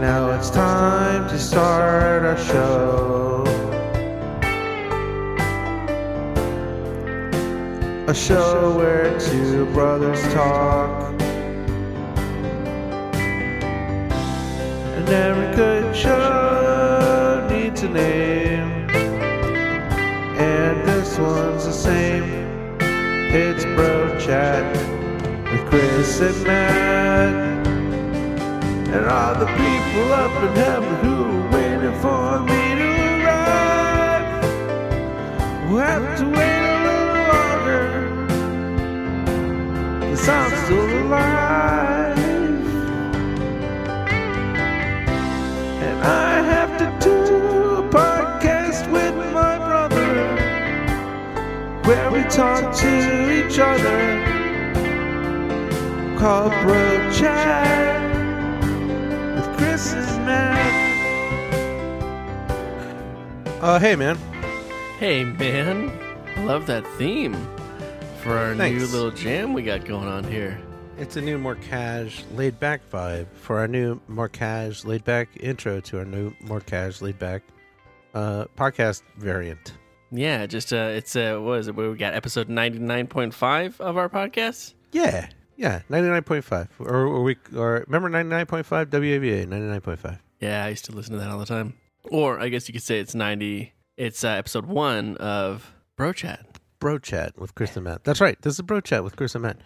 now it's time to start our show. A show where two brothers talk. And every good show needs a name. And this one's the same. It's Bro Chat with Chris and Matt. And all the people up in heaven who are waiting for me to arrive will have to wait a little longer. Cause I'm still alive. And I have to do a podcast with my brother where we talk to each other. Called Bro Chat with Chris and Matt. Uh, hey man, Hey man, love that theme for our new Thanks. little jam we got going on here. it's a new, more cash, laid back vibe for our new, more cash, laid back intro to our new, more cash, laid back uh, podcast variant. Yeah, just uh, it's uh, what is it? What we got episode ninety nine point five of our podcast. Yeah, yeah, ninety nine point five, or, or we, or remember ninety nine point five WAVA ninety nine point five. Yeah, I used to listen to that all the time. Or I guess you could say it's ninety. It's uh, episode one of Bro Chat. Bro Chat with Chris and Matt. That's right. This is Bro Chat with Chris and Matt.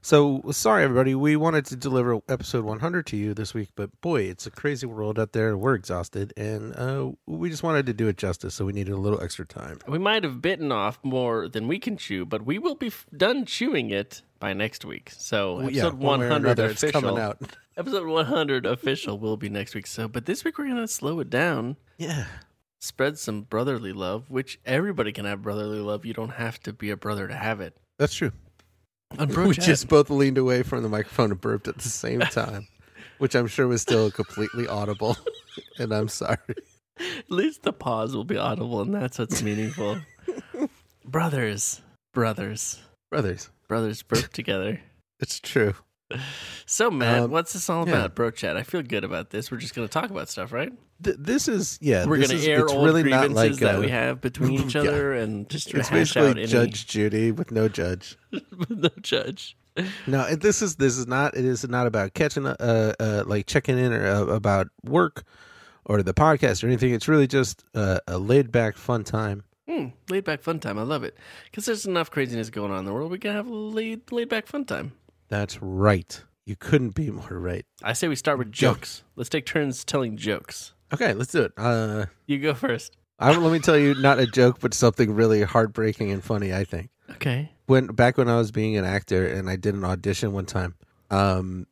So sorry, everybody. We wanted to deliver episode 100 to you this week, but boy, it's a crazy world out there. We're exhausted, and uh, we just wanted to do it justice, so we needed a little extra time. We might have bitten off more than we can chew, but we will be f- done chewing it by next week. So episode Yeah, one one way or hundred another, it's official coming out. Episode one hundred official will be next week. So, but this week we're gonna slow it down. Yeah, spread some brotherly love, which everybody can have brotherly love. You don't have to be a brother to have it. that's true. On we Brochad. just both leaned away from the microphone and burped at the same time, which I'm sure was still completely audible. and I'm sorry. at least the pause will be audible, and that's what's meaningful. brothers, brothers, Brothers, brothers burp together. it's true. So, Matt, Um, what's this all yeah. about, bro? Chat. I feel good about this. We're just going to talk about stuff, right? Th- this is, yeah, We're this going is- to air it's old really grievances not like that uh, we have between each yeah. other, and just It's hash out basically any Judge Judy with no judge. no judge. No, it- this is this is not. It is not about catching, uh, uh like checking in or uh, about work or the podcast or anything. It's really just uh, a laid back, fun time. Hmm, laid back fun time. I love it because there's enough craziness going on in the world. We can have a laid laid back fun time. That's right. You couldn't be more right. I say we start with jokes. Let's take turns telling jokes. Okay, let's do it. Uh, You go first. I, let me tell you, not a joke, but something really heartbreaking and funny. I think. Okay. when back when I was being an actor and I did an audition one time, um,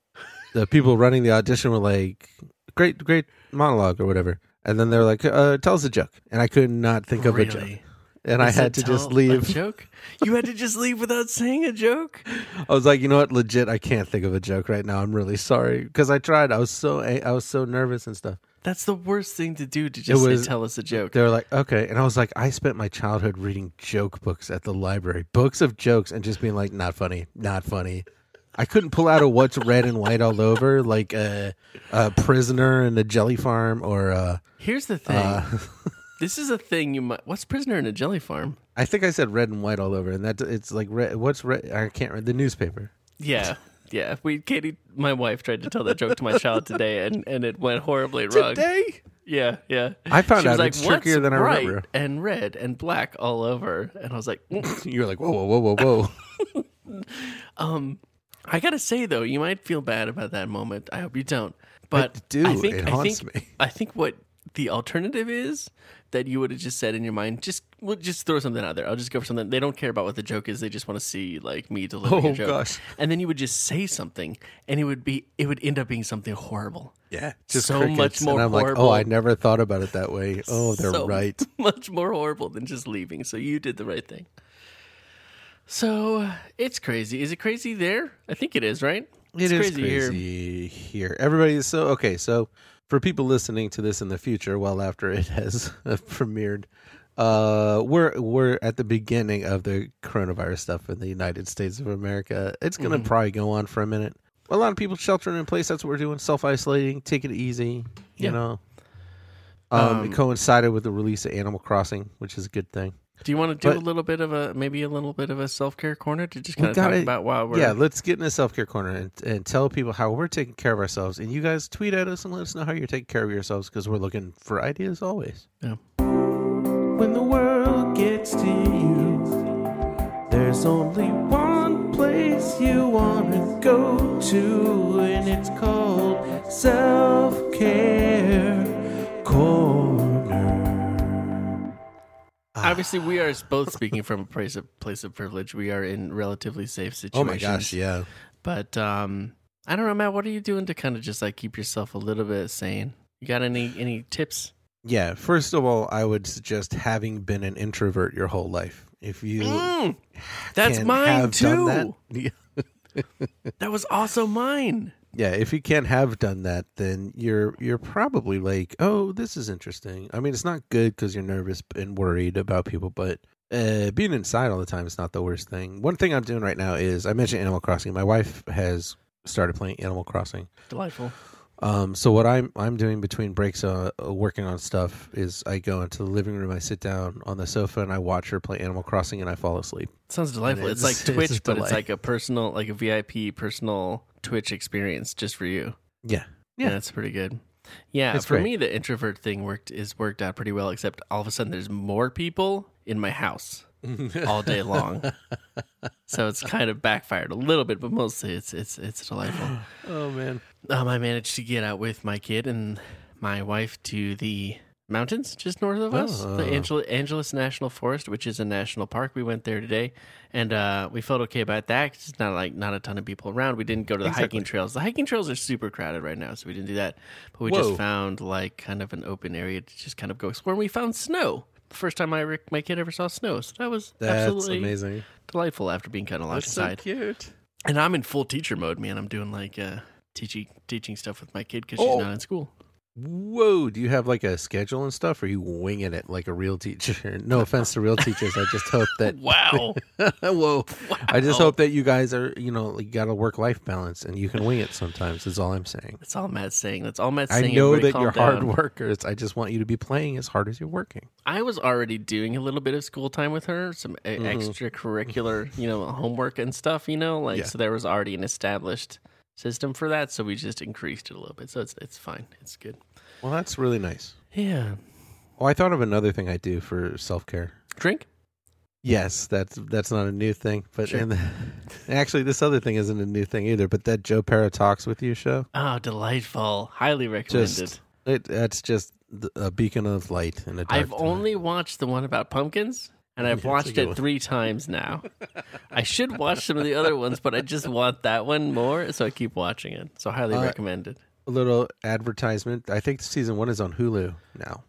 the people running the audition were like, "Great, great monologue" or whatever, and then they were like, uh, "Tell us a joke," and I could not think of a joke, Really? and I You said had to just tell A leave. joke? You had to just leave without saying a joke? I was like, "You know what? Legit, I can't think of a joke right now. I'm really sorry because I tried. I was so a- I was so nervous and stuff." That's the worst thing to do to just say, was- tell us a joke. They were like, "Okay," and I was like, "I spent my childhood reading joke books at the library, books of jokes, and just being like, not funny, not funny." I couldn't pull out a what's red and white all over, like a, a prisoner and a jelly farm, or uh Here's the thing. uh, this is a thing you might. What's prisoner in a jelly farm? I think I said red and white all over, and that it's like red. What's red? I can't read the newspaper. Yeah. Yeah. We Katie, my wife, tried to tell that joke to my child today, and, and it went horribly wrong. Today, Yeah, yeah. I found she was out like, it's trickier "What's than I bright remember." And red and black all over, and I was like, "Mm, you were like, whoa, whoa, whoa, whoa, whoa. um, I gotta say though, you might feel bad about that moment. I hope you don't. But do. I think, It I haunts think, me. I think what the alternative is that you would have just said in your mind, just well, just throw something out there. I'll just go for something. They don't care about what the joke is. They just want to see like me delivering Oh, a joke. gosh. And then you would just say something, and it would be it would end up being something horrible. yeah, just So crickets. much more And I'm horrible. like, oh, I never thought about it that way. Oh, they're So right. Much more horrible than just leaving. So you did the right thing. So it's crazy. Is it crazy there? I think it is, right? It it's is crazy here. crazy here. Everybody is so okay. So for people listening to this in the future, well after it has premiered, uh, we're we're at the Mm-hmm. beginning of the coronavirus stuff in the United States of America. It's gonna probably go on for a minute. a lot of people sheltering in place. That's what we're doing. Self isolating, taking it easy. You Yeah. know, um, Um, it coincided with the release of Animal Crossing, which is a good thing. Do you want to do But- a little bit of a maybe a little bit of a self care corner to just kind of talk gotta- about while we're yeah, let's get in the self care corner and, and tell people how we're taking care of ourselves. And you guys tweet at us and let us know how you're taking care of yourselves because we're looking for ideas always. Yeah. When the world gets to you, there's only one place you want to go to, and it's called self care corner. Obviously, we are both speaking from a place of place of privilege. We are in relatively safe situations. Oh my gosh, yeah. But um, I don't know, Matt. What are you doing to kind of just like keep yourself a little bit sane? You got any any tips? Yeah, first of all, I would suggest having been an introvert your whole life. If you Mm, that's can mine have done too. that- That. yeah, was also mine. yeah, if you can't have done that, then you're you're probably like, oh, this is interesting. I mean, it's not good because you're nervous and worried about people, but uh, being inside all the time is not the worst thing. One thing I'm doing right now is I mentioned Animal Crossing. My wife has started playing Animal Crossing. Delightful. Um, so what I'm I'm doing between breaks, uh, uh, working on stuff, is I go into the living room, I sit down on the sofa, and I watch her play Animal Crossing, and I fall asleep. Sounds delightful. It It's, is- like Twitch, it's but delight. it's like a personal, like a VIP personal Twitch experience just for you. Yeah, Yeah, Yeah. that's pretty good. Yeah, It's for great. me, the introvert thing worked is worked out pretty well. Except all of a sudden, there's more people in my house all day long, so it's kind of backfired a little bit, but mostly it's it's it's delightful. oh man, Um, I managed to get out with my kid and my wife to the mountains just north of us, the Oh. Angel- Angeles National Forest, which is a national park. We went there today, and uh, we felt okay about that. 'cause it's not like not a ton of people around. We didn't go to the hiking trails. The hiking trails are super crowded right now, so we didn't do that. But we Whoa. just found like kind of an open area to just kind of go explore. And we found snow. The first time I re- my kid ever saw snow, so that was that's absolutely amazing. delightful after being kind of locked inside cute. and I'm in full teacher mode, man. I'm doing like uh, teaching teaching stuff with my kid because Oh. she's not in school. Whoa, do you have like a schedule and stuff? Or are you winging it like a real teacher? No offense to real teachers. I just hope that Wow, whoa. I just Wow. hope that you guys are, you know, like, you got a work life balance and you can wing it sometimes, is all I'm saying. that's all Matt's saying. That's all Matt's I saying. know Everybody that calm you're hard down. workers. I just want you to be playing as hard as you're working. I was already doing a little bit of school time with her, some e- Mm-hmm. extracurricular, you know, homework and stuff. You know, like Yeah. so there was already an established system for that, so we just increased it a little bit. So it's it's fine. It's good. Well, that's really nice. Yeah, Oh, I thought of another thing I do for self care. drink. Yes, that's that's not a new thing, but Sure. and actually, this other thing isn't a new thing either. But that Joe Para talks with you show, Oh, delightful. Highly recommended. just it, that's just th- a beacon of light in a dark. I've time. only watched the one about pumpkins, and I've Yeah, it's a watched good it one. three times now. I should watch some of the other ones, but I just want that one more, so I keep watching it. So highly Uh, recommended. a little advertisement. I think season one is on Hulu now.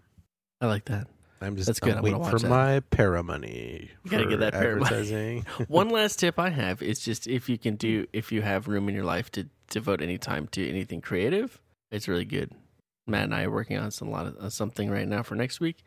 I like that. I'm just That's good. I'm I'm waiting gonna for watch that. my para money. You gotta for get that para money. advertising. One last tip I have is just if you can do, if you have room in your life to devote any time to anything creative, it's really good. Matt and I are working on some lot of uh, something right now for next week,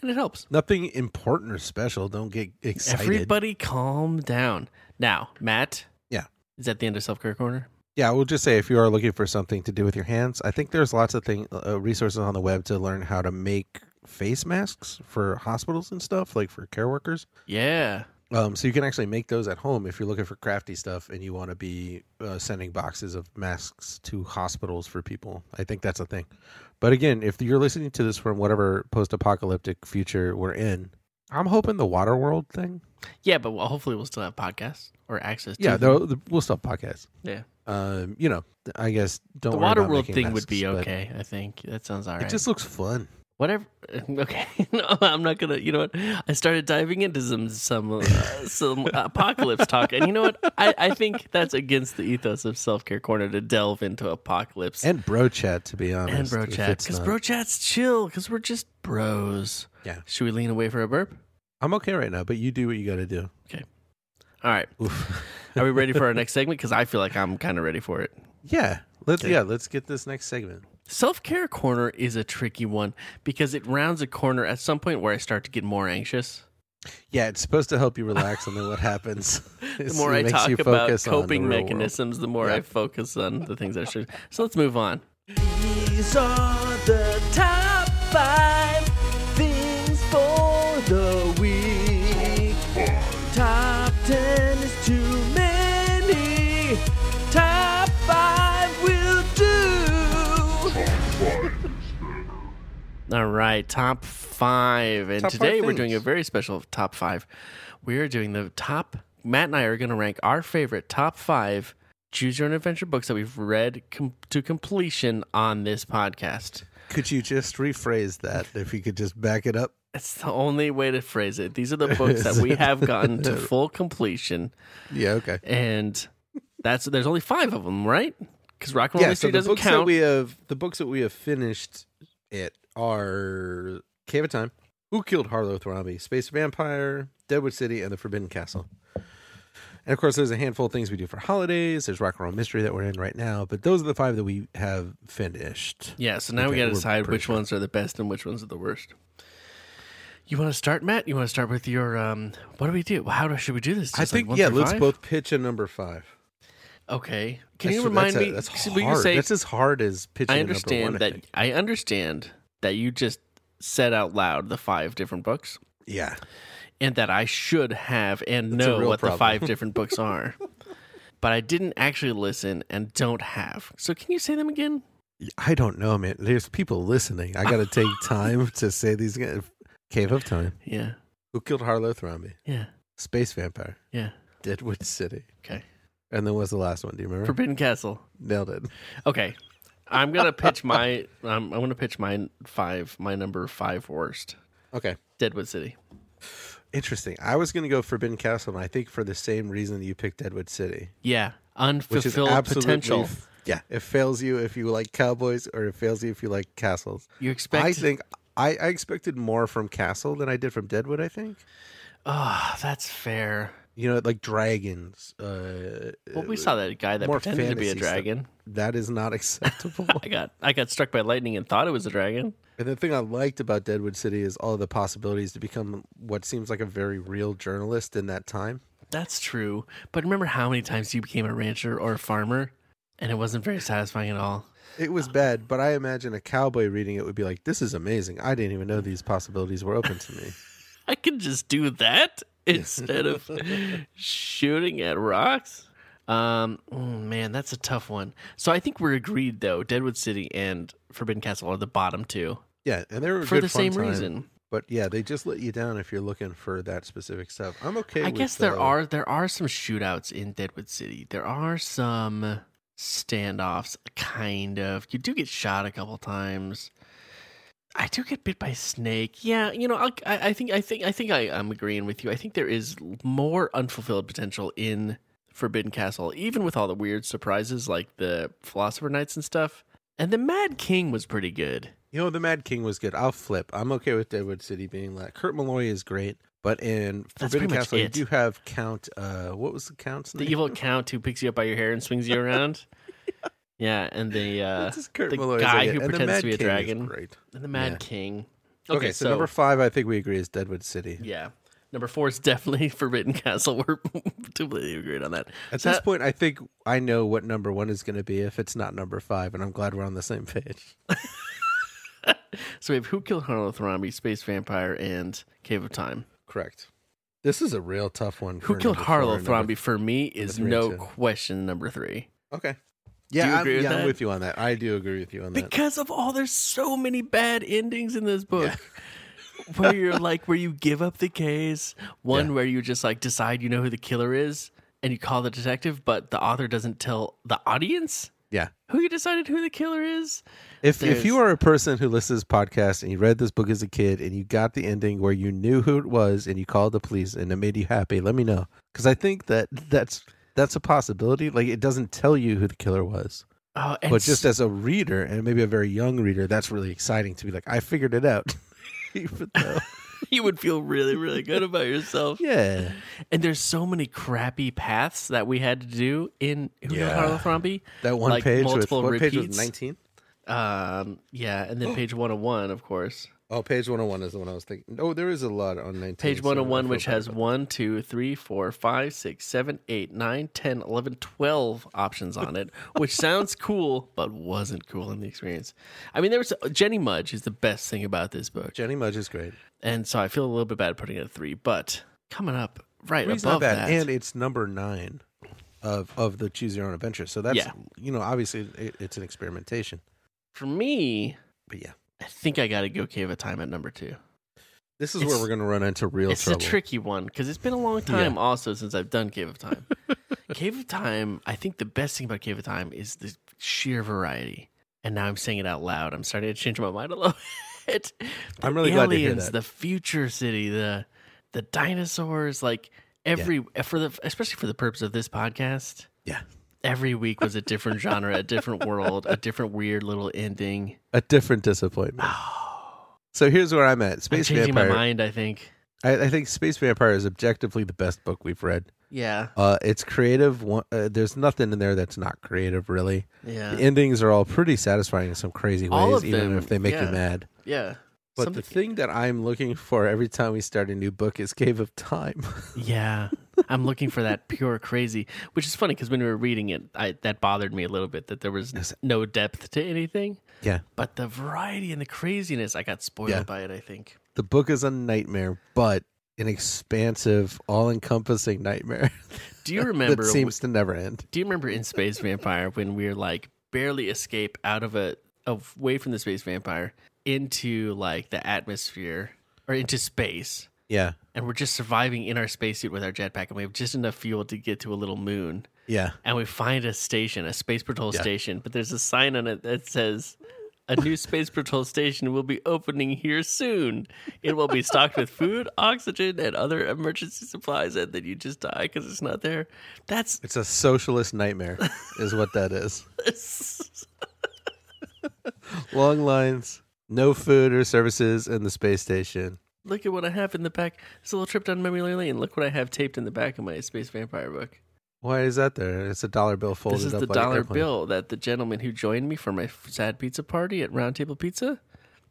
and it helps. Nothing important or special. Don't get excited. Everybody, calm down. Now, Matt. Yeah. Is that the end of self care corner? Yeah, we'll just say if you are looking for something to do with your hands, I think there's lots of thing uh, resources on the web to learn how to make face masks for hospitals and stuff, like for care workers. Yeah. Um, so you can actually make those at home if you're looking for crafty stuff and you want to be uh, sending boxes of masks to hospitals for people. I think that's a thing. But again, if you're listening to this from whatever post-apocalyptic future we're in, I'm hoping the water world thing. Yeah, but well, hopefully we'll still have podcasts or access. to Yeah, them. though the, we'll still podcast. yeah. Um, you know, I guess don't. The worry about Waterworld making thing would be masks, but- okay. I think that sounds all It right. just looks fun. Whatever. Okay, no, I'm not gonna. You know what? I started diving into some some uh, some apocalypse talk, and you know what? I, I think that's against the ethos of self care corner to delve into apocalypse And bro chat, to be honest. and bro if chat it's because not- bro chat's chill because we're just bros. Yeah. Should we lean away for a burp? I'm okay right now, but you do what you got to do. All right. Oof. Are we ready for our next segment? Because I feel like I'm kind of ready for it. Yeah, let's Okay. yeah let's get this next segment. Self care corner is a tricky one because it rounds a corner at some point where I start to get more anxious. Yeah, it's supposed to help you relax, and then what happens? The is more it I makes talk you about focus on the coping real world. mechanisms, the more I Yeah. focus on the things I should. So let's move on. These are the top five things for the week. Top ten is too many. Top five will do. All right, top five. And Top five today we're doing a things. very special top five. We are doing the top. Matt and I are going to rank our favorite top five choose your own adventure books that we've read com- to completion on this podcast. Could you just rephrase that? If you could just back it up. That's the only way to phrase it. These are the books that we have gotten to full completion, Yeah. Okay. and that's there's only five of them, right? Because Rock and Roll Yeah. So Mystery the doesn't books that count. we have, the books that we have finished, it are Cave of Time, Who Killed Harlow Thrombey, Space Vampire, Deadwood City, and the Forbidden Castle. And of course, there's a handful of things we do for holidays. There's Rock and Roll Mystery that we're in right now, but those are the five that we have finished. yeah, so now we Okay, got to we're decide pretty which sure. ones are the best and which ones are the worst. You want to start, Matt? You want to start with your um? What do we do? How do, should we do this? I Just, like, think one yeah. through Let's five? both pitch a number five. Okay. Can That's- you remind that's a- me? that's so hard. will you say- that's as hard as pitching. I a number understand one, I that. think. I understand that you just said out loud the five different books. Yeah. and that I should have and That's a know real what the problem. five different books are. But I didn't actually listen and don't have. So can you say them again? I don't know, man. There's people listening. I got to take time to say these. guys. Cave of Time. Yeah. Who killed Harlow Thrombey? Yeah. Space Vampire. Yeah. Deadwood City. Okay. And then what's the last one? Do you remember? Forbidden Castle. Nailed it. Okay. I'm gonna pitch my um, I'm gonna pitch my five my number five worst. Okay. Deadwood City. Interesting. I was going to go Forbidden Castle, and I think for the same reason you picked Deadwood City, Yeah. which is Unfulfilled absolutely potential. yeah, it fails you if you like cowboys, or it fails you if you like castles. You expect I think I, I expected more from Castle than I did from Deadwood. I think Oh, that's fair. you know, like dragons. Uh, Well, we saw that guy that more pretended to be a fantasy stuff. dragon. that is not acceptable. I got I got struck by lightning and thought it was a dragon. And the thing I liked about Deadwood City is all the possibilities to become what seems like a very real journalist in that time. That's true. But remember how many times you became a rancher or a farmer and it wasn't very satisfying at all? It was Uh-huh. bad, but I imagine a cowboy reading it would be like, "This is amazing! I didn't even know these possibilities were open to me." I could just do that instead of shooting at rocks. Um, mm, man, that's a tough one. So I think we're agreed though. Deadwood City and Forbidden Castle are the bottom two yeah, and they were a for good the fun same time, reason. But yeah, they just let you down if you're looking for that specific stuff. I'm okay. I with, guess there uh, are there are some shootouts in Deadwood City. There are some standoffs, kind of. You do get shot a couple times. I do get bit by a snake. Yeah, you know, I'll, I, I think I think I think I, I'm agreeing with you. I think there is more unfulfilled potential in Forbidden Castle, even with all the weird surprises like the Philosopher Knights and stuff. And the Mad King was pretty good. You know, the Mad King was good. I'll flip. I'm okay with Deadwood City being like Kurt Malloy is great, but in That's Forbidden pretty much Castle, you it. do have Count. Uh, what was the Count's The name? evil count who picks you up by your hair and swings you around. yeah, and the uh, It's just Kurt the Malloy's guy like it. who And the pretends Mad to be a King is dragon. great. And the Mad Yeah. King. Okay, so, number five, I think we agree is Deadwood City. yeah, number four is definitely Forbidden Castle. We're completely agreed on that. At So this that- point, I think I know what number one is going to be if it's not number five, and I'm glad we're on the same page. so we have Who Killed Harlow Thrombey, Space Vampire, and Cave of Time. Correct. This is a real tough one. Who for Killed number four Harlow and number- Thrombey for me is three and no two. question number three. Okay. Yeah, you I'm, agree with yeah I'm that? with you on that. I do agree with you on that. Because of all, there's so many bad endings in this book. where you're like, where you give up the case. One Yeah. where you just like decide you know who the killer is and you call the detective, but the author doesn't tell the audience yeah. who you decided who the killer is. If There's- if you are a person who listens to this podcast and you read this book as a kid and you got the ending where you knew who it was and you called the police and it made you happy, let me know because I think that that's that's a possibility. Like it doesn't tell you who the killer was, Oh, and but just as a reader and maybe a very young reader, that's really exciting to be like, I figured it out. Even though- you would feel really, really good about yourself. yeah, And there's so many crappy paths that we had to do in Who yeah. Yeah. Harlow Thrombey. that one Like page with multiple what page was Oh. repeats? nineteen? Um, yeah, and then page 101, of course. Oh, page 101 is the one I was thinking. Oh, there is a lot on 19. Page so I don't 101, feel which bad has about 1, 2, 3, 4, 5, 6, 7, 8, 9, 10, 11, 12 options on it, which sounds cool, but wasn't cool in the experience. I mean, there was uh, Jenny Mudge is the best thing about this it. book. Jenny Mudge is great. And so I feel a little bit bad putting it at 3, but coming up right Three's not above bad, that. and it's number nine of of the choose your own adventure. So that's Yeah. you know obviously it, it's an experimentation, for me, but yeah, I think I got to go Cave of Time at number 2. this is It's- where we're gonna run into real it's trouble. a tricky one because it's been a long time also since I've done Cave of Time. Cave of Time, I think the best thing about Cave of Time is the sheer variety. And now I'm saying it out loud. I'm starting to change my mind a little bit. The I'm really glad aliens, to hear that. The future city, the the dinosaurs, like every eh, for the especially for the purpose of this podcast. Yeah. Every week was a different genre, a different world, a different weird little ending. a different disappointment. So here's where I'm at. Space I'm changing Vampire. my mind, I think. I, I think Space Vampire is objectively the best book we've read. Yeah. Uh, it's creative. One- Uh, there's nothing in there that's not creative, really. Yeah. The endings are all pretty satisfying in some crazy All ways, of even them, if they make yeah. you mad. yeah. But Something- the thing that I'm looking for every time we start a new book is Cave of Time. Yeah. I'm looking for that pure crazy, which is funny because when we were reading it, I, that bothered me a little bit that there was Yes. no depth to anything. yeah. But the variety and the craziness, I got spoiled Yeah. by it, I think. The book is a nightmare, but an expansive, all encompassing nightmare Do you that remember seems to never end. do you remember in Space Vampire when we were like barely escape out of a away from the space vampire into like the atmosphere or into space? Yeah. And we're just surviving in our spacesuit with our jetpack, and we have just enough fuel to get to a little moon. Yeah. and we find a station, a space patrol Yeah. station, but there's a sign on it that says a new space patrol station will be opening here soon. It will be stocked with food, oxygen, and other emergency supplies, and then you just die because it's not there. That's It's a socialist nightmare, is what that is. Long lines, no food or services in the space station. look at what I have in the back. It's a little trip down memory lane. Look what I have taped in the back of my space vampire book. Why is that there? It's a dollar bill folded This is up the like an dollar airplane. bill that the gentleman who joined me for my f- sad pizza party at Round Table Pizza,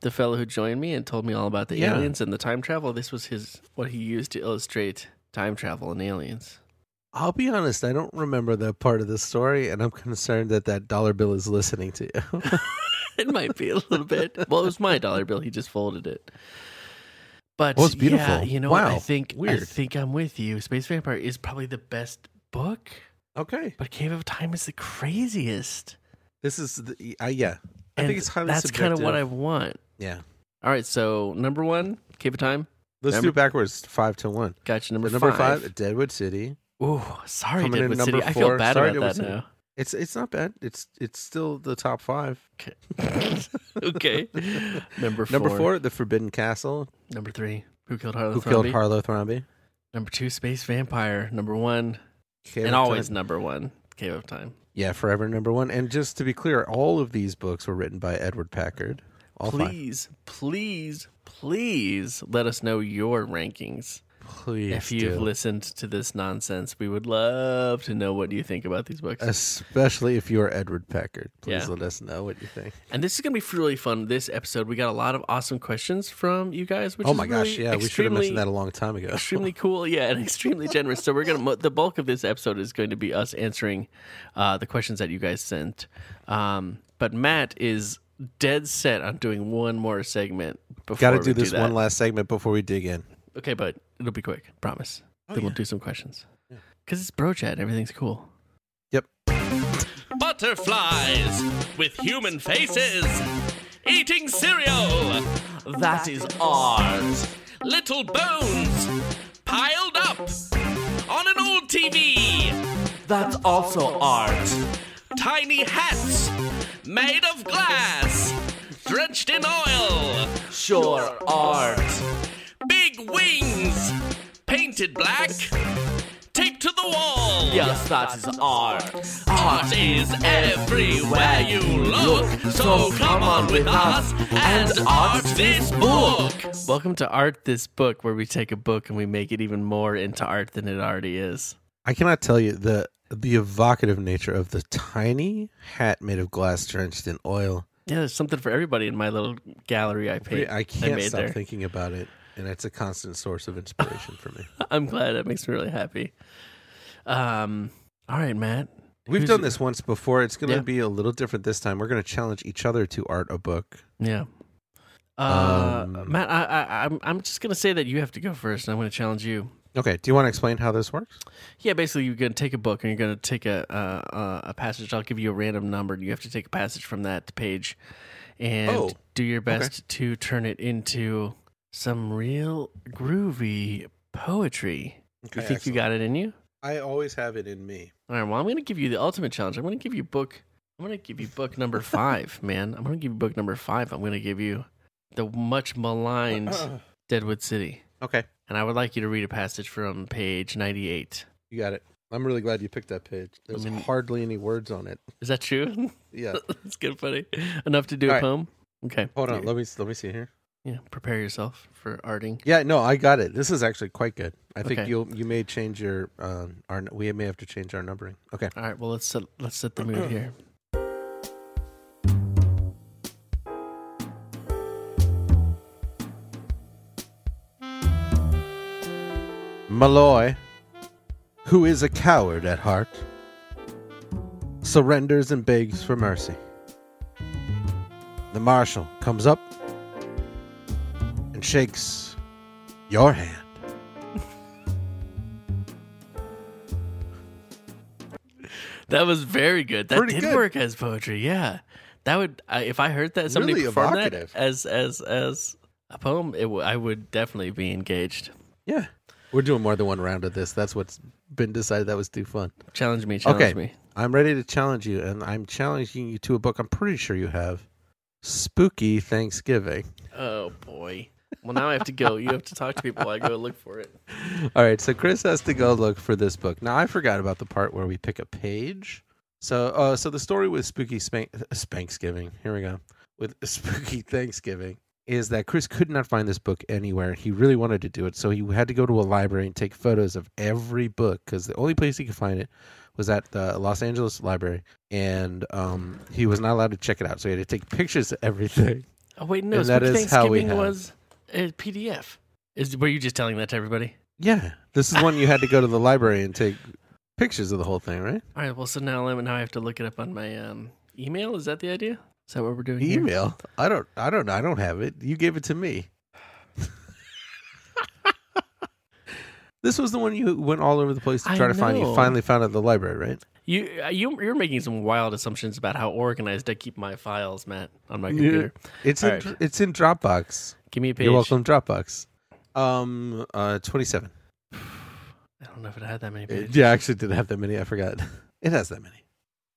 the fellow who joined me and told me all about the Yeah. aliens and the time travel. This was his what he used to illustrate time travel and aliens. I'll be honest, I don't remember that part of the story, and I'm concerned that that dollar bill is listening to you. It might be a little bit. Well, it was my dollar bill. He just folded it. But Well, it's Yeah, beautiful. you know, what? I Wow. think I Weird. think I'm with you. Space Vampire is probably the best book, okay, but Cave of Time is the craziest. this is the I yeah. I And think it's highly that's kind of what I subjective. want. yeah. All right, so number one, Cave of Time. Let's Number- do backwards five to one. Gotcha. Number, But number five, Deadwood City. Ooh, sorry, Coming in Deadwood number City. I feel four. bad Sorry, about that Deadwood now. It's it's not bad. It's it's still the top five. okay. Number four. Number four, The Forbidden Castle. Number three. Who killed Harlow? Who killed Thrombey? Harlow Thrombey? Number two. Space Vampire. Number one. Cave and of always Time. number one. Cave of Time. yeah, forever number one. And just to be clear, all of these books were written by Edward Packard. All five. please, please, please let us know your rankings. Please, if you've do. listened to this nonsense, we would love to know what you think about these books. especially if you are Edward Packard, please Yeah. let us know what you think. And this is gonna be really fun. This episode, we got a lot of awesome questions from you guys. Which oh is my gosh, really yeah, we should have mentioned extremely- that a long time ago. extremely cool, yeah, and extremely generous. So we're gonna mo- the bulk of this episode is going to be us answering uh, the questions that you guys sent. Um, but Matt is dead set on doing one more segment. Got Before to we do this that. one last segment before we dig in. Okay, but it'll be quick, promise. then we'll do some questions because it's bro chat. Everything's cool. Yep. Butterflies with human faces, eating cereal. That is ours. Little bones piled up on an old TV. That's also art. Tiny hats made of glass, drenched in oil. Sure, art. Big wings, painted black, taped to the wall. Yes, that is art. Art is everywhere you look. So come on with us and art this book. Welcome to Art This Book, where we take a book and we make it even more into art than it already is. I cannot tell you the the evocative nature of the tiny hat made of glass drenched in oil Yeah, there's something for everybody in my little gallery I paint. I can't made stop there. thinking about it, and it's a constant source of inspiration for me. I'm glad that makes me really happy. Um, all right, Matt. We've Who's- done this once before. It's going to Yeah. be a little different this time. We're going to challenge each other to art a book. Yeah. Uh, Um, Matt, I, I, I'm I'm just gonna say that you have to go first, and I'm gonna challenge you. Okay. Do you want to explain how this works? Yeah, basically, you're gonna take a book and you're gonna take a uh, uh, a passage. I'll give you a random number, and you have to take a passage from that page, and Oh, do your best to turn it into some real groovy poetry. You think you got it in you? I always have it in me. All right. Well, I'm going to give you the ultimate challenge. I'm going to give you book. I'm going to give you book number five, man. I'm going to give you book number five. I'm going to give you the much maligned Deadwood City, okay. and I would like you to read a passage from page 98. You got it. I'm really glad you picked that page. There's mean- hardly any words on it. Is that true? Yeah. That's good, buddy. Enough to do All a right. poem. Okay. Hold on. Yeah. Let me let me see here. Yeah. Prepare yourself for arting. Yeah, no, I got it. This is actually quite good. I think Okay. you you may change your um our we may have to change our numbering. Okay. All right. Well, let's set, let's set the mood here. Malloy, who is a coward at heart, surrenders and begs for mercy. The marshal comes up and shakes your hand. That was very good. That Pretty did good. work as poetry. Yeah, that would I if I heard that somebody Really performed evocative. that as as as a poem, it w- I would definitely be engaged. Yeah. We're doing more than one round of this. That's what's been decided. That was too fun. Challenge me, challenge okay. me. I'm ready to challenge you, and I'm challenging you to a book I'm pretty sure you have Spooky Thanksgiving. Oh boy. Well, now I have to go. You have to talk to people. I go look for it. All right, so Chris has to go look for this book. Now I forgot about the part where we pick a page. So, uh, so the story with Spooky Spank- Spanksgiving. Here we go with Spooky Thanksgiving is that Chris could not find this book anywhere. He really wanted to do it, so he had to go to a library and take photos of every book because the only place he could find it was at the Los Angeles Library, and um, he was not allowed to check it out. So he had to take pictures of everything. Oh wait, no. And that Spooky is how we Thanksgiving have- was a PDF. Is were you just telling that to everybody? Yeah, this is one you had to go to the library and take pictures of the whole thing, right? All right. Well, so now I'm now I have to look it up on my um, email. Is that the idea? Is that what we're doing? here? Email? I don't. I don't. know. I don't have it. You gave it to me. this was the one you went all over the place to I try to find. You know. finally found it at the library, right? You, uh, you you're making some wild assumptions about how organized I keep my files, Matt, on my computer. It's All in. right. It's in Dropbox. Give me a page. You're welcome, Dropbox. Um, uh, twenty-seven. I don't know if it had that many It- pages. Uh, yeah, I actually didn't have that many. I forgot. It has that many.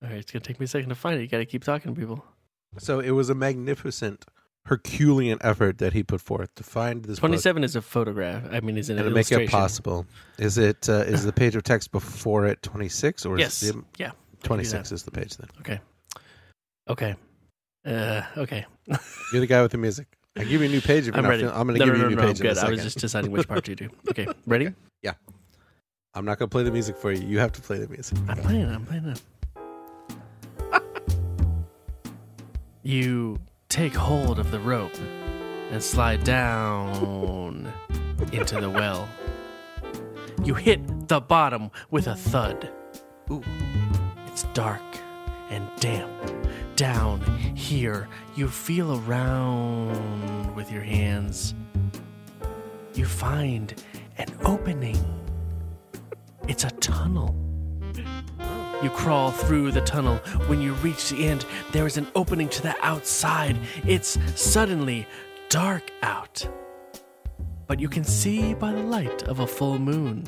All right, it's gonna take me a second to find it. You got to keep talking to people. So it was a magnificent Herculean effort that he put forth to find this. book Twenty-seven is a photograph. I mean, is an And to make illustration. it possible, is it uh, is the page of text before it twenty six or Yes. is it yeah. twenty six is the page then? Okay. Uh, okay. You're the guy with the music. I give you a new page if you're I'm not ready. feeling- I'm going to give no, no, you no, a new no, page I'm in a good. I second. was just deciding which part to do. Okay, ready? I'm not going to play the music for you. You have to play the music. I'm playing. I'm playing. it. you take hold of the rope and slide down into the well. You hit the bottom with a thud. Ooh. It's dark and damp. Down here, you feel around with your hands. You find an opening. It's a tunnel. You crawl through the tunnel. When you reach the end, there is an opening to the outside. It's suddenly dark out. But you can see by the light of a full moon.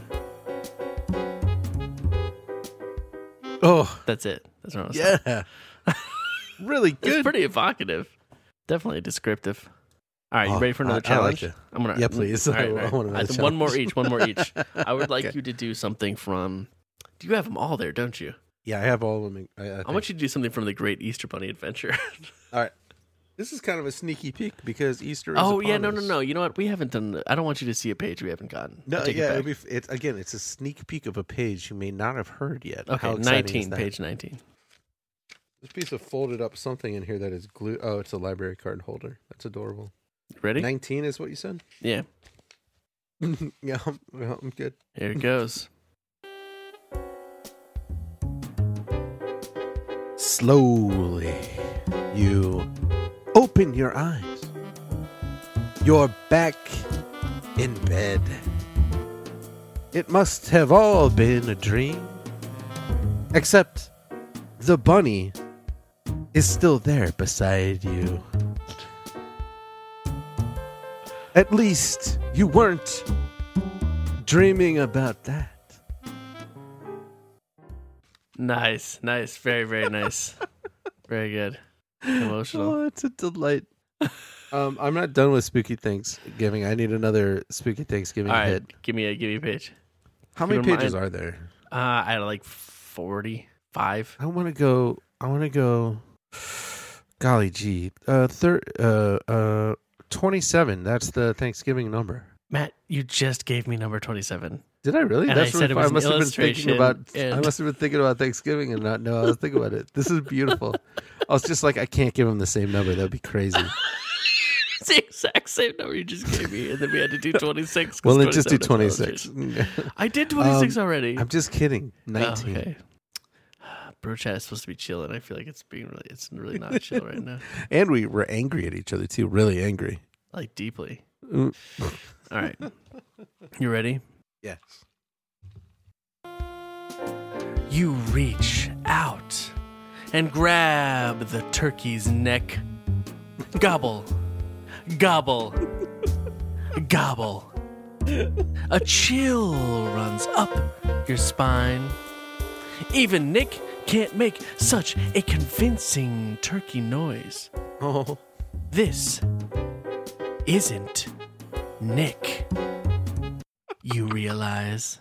Oh, That's it. That's what I was saying. yeah. really It's good. pretty evocative. Definitely descriptive. All right, you Oh, ready for another I- I like challenge? it. I'm gonna Yeah, please. All right, all I right. want another I- challenge. one more each. One more each. I would like Okay. you to do something from. Do you have them all there? Don't you? yeah, I have all of them. in- I, I I think. want you to do something from the Great Easter Bunny Adventure. all right. This is kind of a sneaky peek because Easter is oh yeah, upon no, no, us. no. You know what? We haven't done. the- I don't want you to see a page we haven't gotten. No, I'll take it yeah, back. it'll be, it's again, it's a sneak peek of a page you may not have heard yet. okay. How exciting is Nineteen, that? page nineteen. This piece of folded up something in here that is glue. Oh, it's a library card holder. That's adorable. Ready? 19 is what you said? Yeah. yeah, I'm, yeah, I'm good. Here it goes. Slowly, you open your eyes. You're back in bed. It must have all been a dream. Except the bunny is still there beside you. At least you weren't dreaming about that. Nice, nice, very, very nice, very good. Emotional. Oh, it's a delight. um, I'm not done with spooky Thanksgiving. I need another spooky Thanksgiving All right, hit. give me a give me a page. How keep many in pages mind- are there? Uh, I had like forty-five. I want to go. I want to go. Golly gee, uh, thir- uh, uh, twenty-seven. That's the Thanksgiving number. Matt, you just gave me number twenty-seven. Did I really? And I what said it was an must have been thinking illustration, about. I and- must have been thinking about Thanksgiving and not know I was thinking about it. This is beautiful. I was just like, I can't give him the same number. That'd be crazy. It's the exact same number you just gave me, and then we had to do twenty-six. 'cause well, then just do Um, 27 twenty is all it six. is. I did twenty-six already. I'm just kidding. Oh, Nineteen. okay. Bro chat is supposed to be chill, and I feel like it's being really, it's really not chill right now, And we were angry at each other too. Really angry. like deeply. Mm. All right, you ready? Yes. You reach out and grab the turkey's neck. Gobble, gobble, gobble. A chill runs up your spine. Even Nick can't make such a convincing turkey noise. Oh. This isn't Nick. You realize.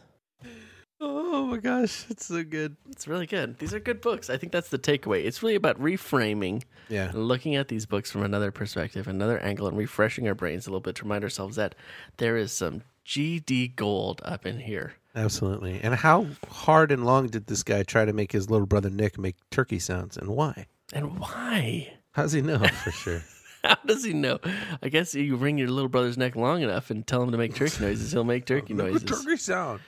Oh my gosh, it's so good. It's really good. These are good books. I think that's the takeaway. It's really about reframing Yeah. and looking at these books from another perspective, another angle, and refreshing our brains a little bit to remind ourselves that there is some GD gold up in here. Absolutely. And how hard and long did this guy try to make his little brother Nick make turkey sounds and why? And why? How does he know for sure? How does he know? I guess you wring your little brother's neck long enough and tell him to make turkey noises, he'll make turkey noises. sound.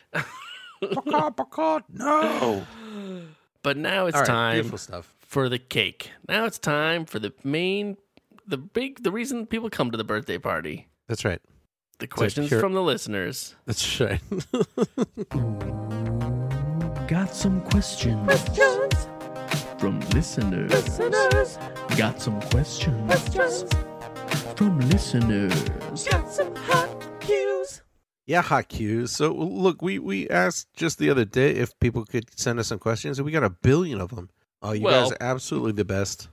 Pacaw, pacaw. No. But now it's All right, time Beautiful stuff. for the cake. Now it's time for the main, the big, the reason people come to the birthday party. That's right. The questions pure- from the listeners. That's right. Got some questions. From listeners. Got some questions. From listeners. yeah, hot cues. So look, we we asked just the other day if people could send us some questions, and we got a billion of them. Oh, you Well- guys are absolutely the best.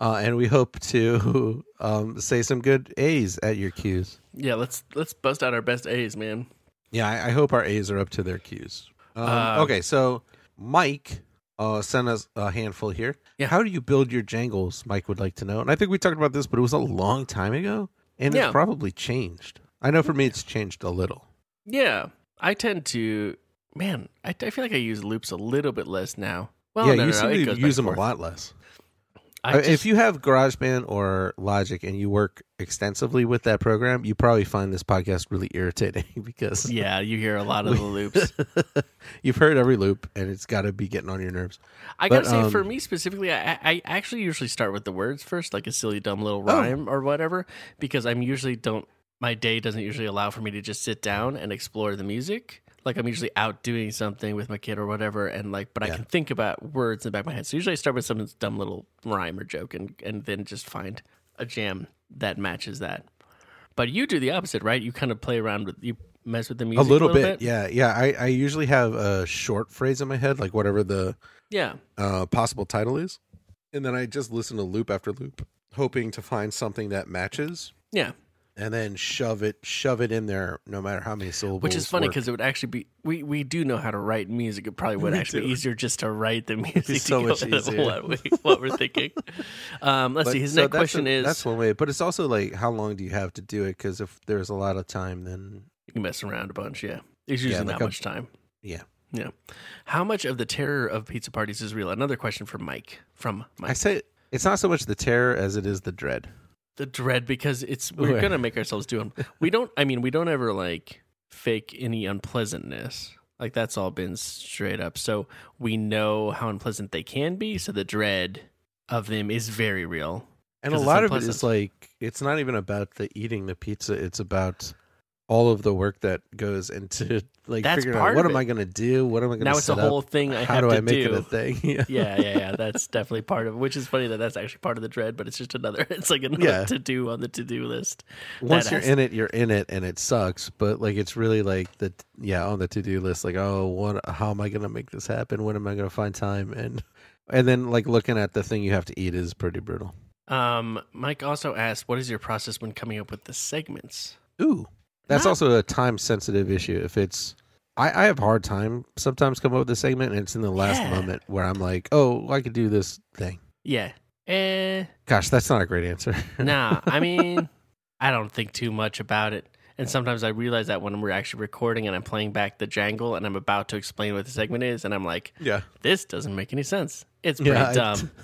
Uh, and we hope to um, say some good A's at your cues. Yeah, let's let's bust out our best A's, man. Yeah, I, I hope our A's are up to their cues. Um, Uh, okay, so Mike uh, sent us a handful here. Yeah. How do you build your jangles? Mike would like to know. And I think we talked about this, but it was a long time ago, and Yeah. it's probably changed. I know for me, it's changed a little. Yeah, I tend to, man. I, I feel like I use loops a little bit less now. Well, yeah, no, you no, no, seem it to goes use back them and a forth. lot less. I Uh, just- if you have GarageBand or Logic and you work extensively with that program, you probably find this podcast really irritating because yeah, you hear a lot of the loops. you've heard every loop and it's got to be getting on your nerves. I gotta But, say, um, for me specifically, I, I actually usually start with the words first, like a silly, dumb little Oh. rhyme or whatever, because I'm usually don't. My day doesn't usually allow for me to just sit down and explore the music. Like I'm usually out doing something with my kid or whatever, and like, but I Yeah. can think about words in the back of my head. So usually I start with some dumb little rhyme or joke, and and then just find a jam that matches that. But you do the opposite, right? You kind of play around with you mess with the music a little, bit, yeah yeah I, I usually have a short phrase in my head like whatever the yeah. uh, possible title is and then i just listen to loop after loop hoping to find something that matches Yeah. and then shove it shove it in there no matter how many syllables Which is funny work. because it would actually be we, we do know how to write music. It probably would We actually do. be easier just to write the music. to so go much with easier. What, we, what we're thinking. Um, let's But- see. His so next that's question a- is: that's one way but it's also like how long do you have to do it because if there's a lot of time then you can mess around a bunch. Yeah, it's usually Yeah, not like a- much time. yeah Yeah. How much of the terror of pizza parties is real? Another question from Mike. From I Mike. say it's not so much the terror as it is the dread. the dread because it's we're Right. gonna make ourselves do them. We don't. I mean, we don't ever like fake any unpleasantness. Like that's all been straight up. So we know how unpleasant they can be. So the dread of them is very real. And a 'Cause it's lot of it unpleasant. is like it's not even about the eating the pizza. It's about all of the work that goes into like That's figuring part out what of am it. I going to do, what am I going to now it's a whole thing. I How have do to I make do. it a thing? Yeah, yeah, yeah, yeah. That's definitely part of. Which is funny that that's actually part of the dread, but it's just another. It's like another Yeah. to do on the to do list. Once That you're has- in it, you're in it, and it sucks. But like, it's really like the yeah on the to do list. Like, oh, what? How am I going to make this happen? When am I going to find time? And and then like looking at the thing you have to eat is pretty brutal. Um, Mike also asked, "What is your process when coming up with the segments?" Ooh, that's Not- also a time sensitive issue. If it's, I, I have a hard time sometimes come up with a segment, and it's in the last Yeah. moment where I'm like, oh, I could do this thing. Yeah. Eh. Gosh, that's not a great answer. Nah, I mean, I don't think too much about it. And sometimes I realize that when we're actually recording and I'm playing back the jangle and I'm about to explain what the segment is, and I'm like, yeah, this doesn't make any sense. It's pretty yeah, I- dumb.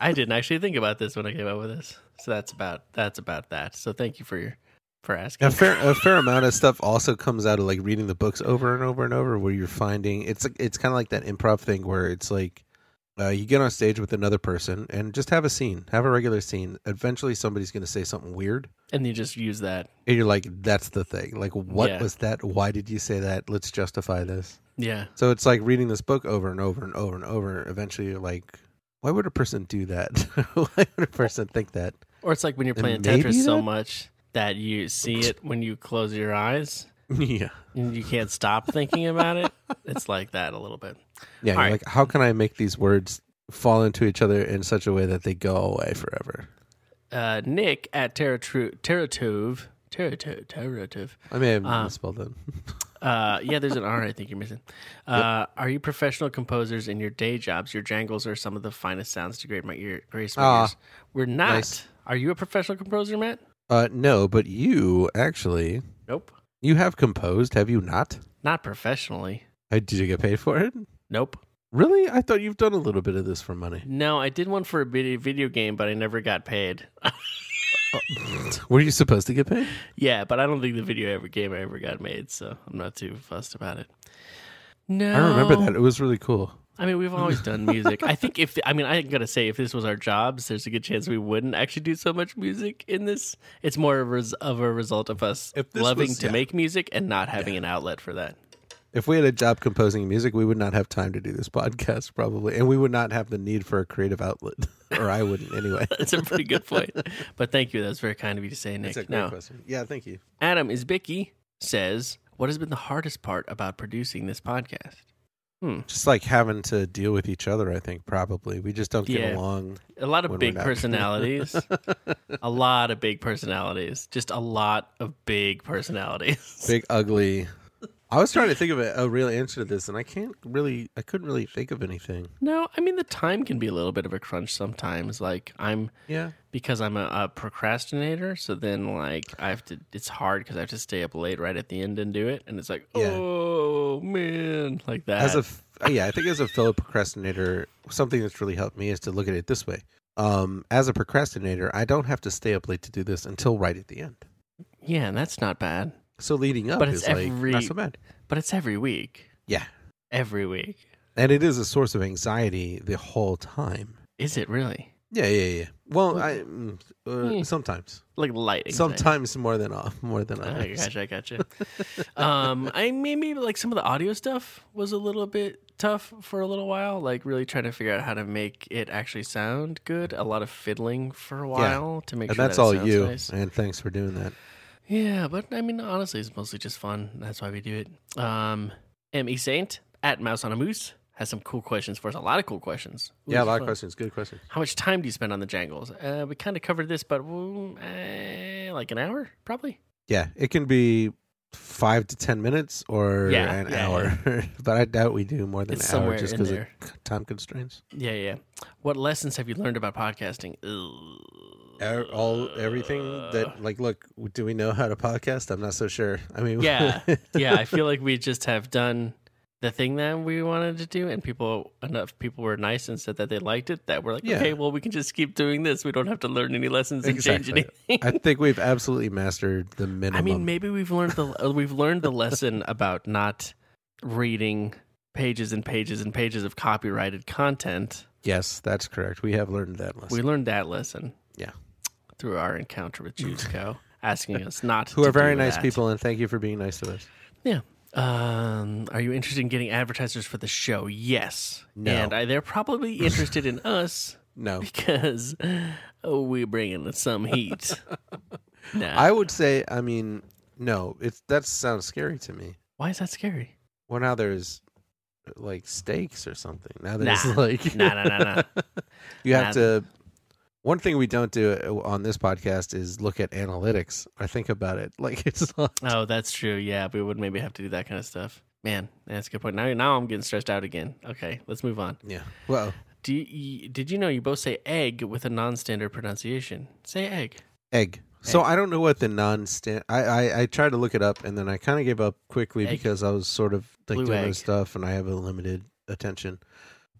I, didn't actually think about this when I came up with this. So that's about that's about that. So thank you for your for asking. a fair a fair amount of stuff also comes out of like reading the books over and over and over, where you're finding it's like it's kind of like that improv thing where it's like. Uh, you get on stage with another person and just have a scene, have a regular scene. Eventually, somebody's going to say something weird, and you just use that. and you're like, "That's the thing. Like, what Yeah. was that? Why did you say that? Let's justify this." Yeah. So it's like reading this book over and over and over and over. Eventually, you're like, why would a person do that? why would a person think that? Or it's like when you're And playing maybe Tetris so that- much that you see it when you close your eyes Yeah. and you can't stop thinking about it. It's like that a little bit. Yeah. You're All right. like, how can I make these words fall into each other in such a way that they go away forever? uh, Nick at Teratru- Teratove. Teratove. Teratove. I may have Uh, misspelled them. Uh, yeah, there's an R I think you're missing. Uh, Are you professional composers in your day jobs? Your jangles are some of the finest sounds to grate my ear, grace my Ah, ears. We're not. nice. Are you a professional composer, Matt? Uh, no, but you actually, Nope. you have composed, have you not? Not professionally. Uh, Did you get paid for it? Nope. Really? I thought you've done a little bit of this for money. No, I did one for a video, video game, but I never got paid. Were you supposed to get paid? yeah, but I don't think the video ever game ever got made, so I'm not too fussed about it. No, I remember that. It was really cool. I mean, we've always done music. I think if I mean, I gotta say, if this was our jobs, there's a good chance we wouldn't actually do so much music in this. It's more of a, res- of a result of us If this loving was- to yeah. make music and not having an outlet for that. If we had a job composing music, we would not have time to do this podcast probably, and we would not have the need for a creative outlet, or I wouldn't anyway. That's a pretty good point. But thank you. That's very kind of you to say, Nick. Now, question. Yeah, thank you. Adam is Bicky says, "What has been the hardest part about producing this podcast?" Just like having to deal with each other, I think probably we just don't get Yeah. along. A lot of When we're big not. personalities. a lot of big personalities. Just a lot of big personalities. Big ugly. I was trying to think of a, a real answer to this, and I can't really. I couldn't really think of anything. No, I mean the time can be a little bit of a crunch sometimes. Like I'm Yeah, because I'm a, a procrastinator, so then like I have to. It's hard because I have to stay up late right at the end and do it, and it's like, Yeah. oh man, like that. as a f- yeah, I think as a fellow procrastinator, something that's really helped me is to look at it this way. Um, as a procrastinator, I don't have to stay up late to do this until right at the end. yeah, and that's not bad, So leading up But it's is like every- not so bad. but it's every week, Yeah. every week. And it is a source of anxiety the whole time. Is it really Yeah, yeah, yeah. Well, I mm, Hmm. uh, sometimes. like light? anxiety? Sometimes more than off, more than I others. gotcha, I gotcha. um, I mean, maybe like some of the audio stuff was a little bit tough for a little while, like really trying to figure out how to make it actually sound good. A lot of fiddling for a while to make and sure that's that it all sounds you. nice. And thanks for doing that. Yeah, but I mean, honestly, it's mostly just fun. That's why we do it. Um, M.E. Saint at Mouse on a Moose has some cool questions for us. A lot of cool questions. Ooh, yeah, a this lot is of fun. questions. Good question. How much time do you spend on the jangles? Uh, we kind of covered this, but mm, eh, like an hour, probably. Yeah, it can be five to ten minutes or Yeah, an yeah, hour, but I doubt we do more than It's an somewhere hour just in because of there. c- time constraints. Yeah, yeah. What lessons have you learned about podcasting? Ugh. Er- All everything Uh. that like, look, do we know how to podcast? I'm not so sure. I mean, Yeah, yeah. I feel like we just have done the thing that we wanted to do, and people enough people were nice and said that they liked it. That we're like, Yeah. okay, well, we can just keep doing this. We don't have to learn any lessons and change anything. I think we've absolutely mastered the minimum. I mean, maybe we've learned the uh, we've learned the lesson about not reading pages and pages and pages of copyrighted content. yes, that's correct. We have learned that lesson. We learned that lesson. Yeah. Through our encounter with Juice Co. asking us not Who to are very do nice that. people, and thank you for being nice to us. Yeah. Um, are you interested in getting advertisers for the show? Yes. No. And I, they're probably interested in us No, because oh, we're bringing some heat. nah. I would say, I mean, no, it's that sounds scary to me. Why is that scary? Well, now there's like stakes or something. Now there's Nah. like, Nah, nah, nah, nah. you have Nah. to. One thing we don't do uh, on this podcast is look at analytics or think about it. Like it's not. Oh, that's true. Yeah, we would maybe have to do that kind of stuff. Man, that's a good point. Now, now I'm getting stressed out again. Okay, let's move on. Yeah. Well, Do you, did you know you both say egg with a non-standard pronunciation? Say egg. egg. So I don't know what the non-stand. I, I I tried to look it up and then I kind of gave up quickly Egg. because I was sort of like Blue doing egg. other stuff and I have a limited attention.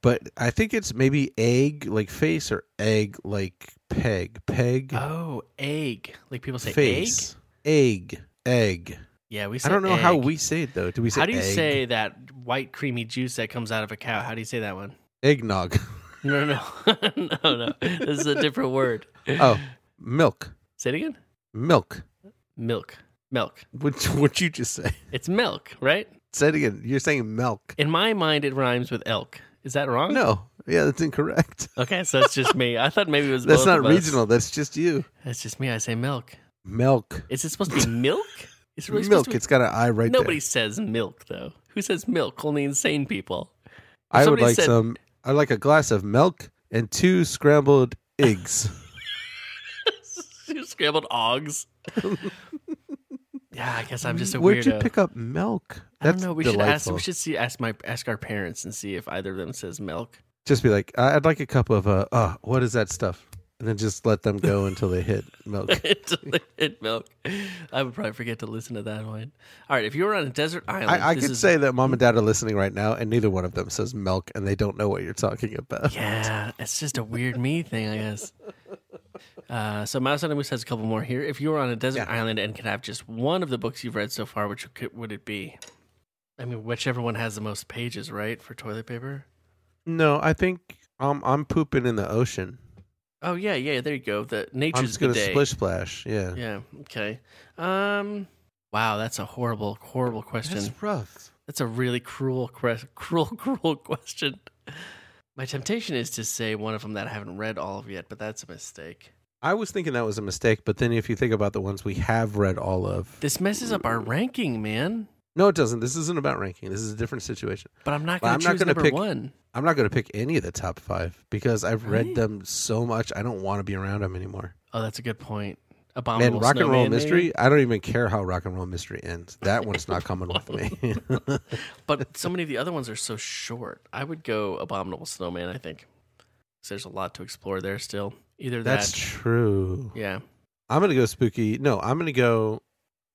But I think it's maybe egg like face or egg like peg peg Oh, egg. Like people say egg. face egg egg. Yeah, we. Say I don't know how egg. we say it though. Do we say How do you egg? say that white creamy juice that comes out of a cow? How do you say that one? eggnog? No, no, no, no, no. This is a different word. oh, milk Say it again. milk. Milk, milk. What what you just say? It's milk, right? Say it again. You're saying milk. In my mind, it rhymes with elk. Is that wrong? No, yeah, that's incorrect. Okay, so it's just me. I thought maybe it was. That's both not of us. regional. That's just you. That's just me. I say milk. Milk. Is it supposed to be milk? It's really supposed milk. to be- It's got an I right Nobody there. says milk though. Who says milk? Only insane people. I would somebody like said- some. I like a glass of milk and two scrambled eggs. Scrambled ogs. yeah, I guess I'm just a Where'd weirdo. you pick up milk? I don't know. We should ask. delightful. We should see. Ask my. Ask our parents and see if either of them says milk. Just be like, I- I'd like a cup of uh, uh, what is that stuff? And then just let them go until they hit milk. Hit milk. I would probably forget to listen to that one. All right. If you were on a desert island, I, I this could is- say that mom and dad are listening right now, and neither one of them says milk, and they don't know what you're talking about. Yeah, it's just a weird me thing, I guess. Uh, so Mouse Moose has a couple more here. If you were on a desert Yeah. island and could have just one of the books you've read so far, which could, would it be? I mean, whichever one has the most pages, right, for toilet paper? No, I think um, I'm pooping in the ocean. Oh yeah, yeah. There you go. The I'm nature's just gonna good day. splish splash. Yeah, Yeah. Okay. Um. Wow, that's a horrible, horrible question. that's That's, rough. a really cruel, cre- cruel, cruel question. My temptation is to say one of them that I haven't read all of yet, but that's a mistake. I was thinking that was a mistake, but then if you think about the ones we have read all of, This messes up our ranking, man. no, it doesn't. This isn't about ranking. This is a different situation. But I'm not Well, going I'm to not choose gonna number pick- one. I'm not going to pick any of the top five because I've Really? read them so much. I don't want to be around them anymore. Oh, that's a good point. Man, Abominable rock and roll Snowman, maybe? mystery. I don't even care how rock and roll mystery ends. That one's not coming with me. But so many of the other ones are so short. I would go Abominable Snowman. I think 'Cause there's a lot to explore there still. Either That's that, true. yeah, I'm gonna go spooky. No, I'm gonna go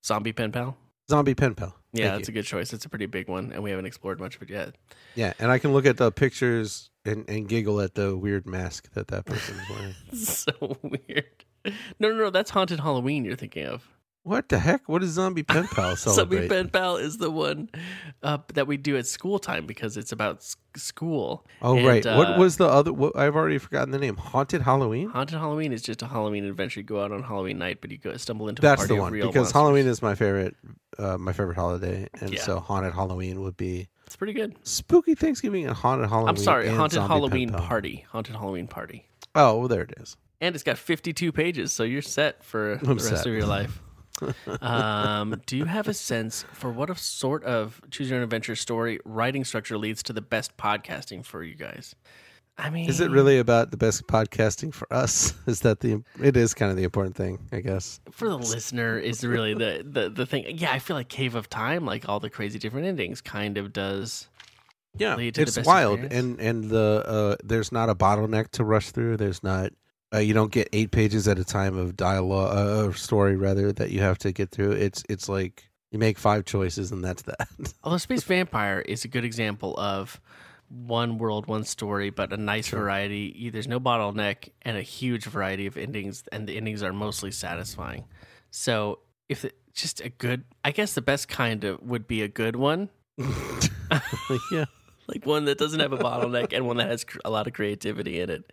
Zombie Pen Pal. zombie pen pal. Yeah, Thank that's you. a good choice. It's a pretty big one, and we haven't explored much of it yet. yeah. And I can look at the pictures and, and giggle at the weird mask that that person's wearing. so weird. No, no, no. That's Haunted Halloween. You're thinking of. what the heck? What does zombie pen pal celebrate? Zombie Pen Pal is the one uh, that we do at school time because it's about s- school. oh And, right. uh, what was the other? What, I've already forgotten the name. Haunted Halloween. Haunted Halloween is just a Halloween adventure. You go out on Halloween night, but you go stumble into a That's party the of one real because monsters. Halloween is my favorite. Uh, my favorite holiday, and Yeah. so haunted Halloween would be It's pretty good. spooky Thanksgiving and haunted Halloween. I'm sorry, and Haunted Zombie Pen Halloween Pal. Party. Haunted Halloween Party. Oh, well, there it is. And it's got 52 pages, so you're set for the rest set. of your life. um, do you have a sense for what a sort of choose your own adventure story writing structure leads to the best podcasting for you guys? I mean, Is it really about the best podcasting for us? Is that the? It is kind of the important thing, I guess. for the listener is really the, the the thing? Yeah, I feel like Cave of Time, like all the crazy different endings, kind of does. Yeah, lead to the it's best wild, experience. and and the uh, there's not a bottleneck to rush through. There's not uh, you don't get eight pages at a time of dialogue uh, or story rather that you have to get through. It's it's like You make five choices, and that's that. Although Space Vampire is a good example of one world, one story, but a nice variety. Y- There's no bottleneck and a huge variety of endings, and the endings are mostly satisfying. So, if it, just a good, I guess the best kind of would be a good one, yeah. like one that doesn't have a bottleneck and one that has cr- a lot of creativity in it.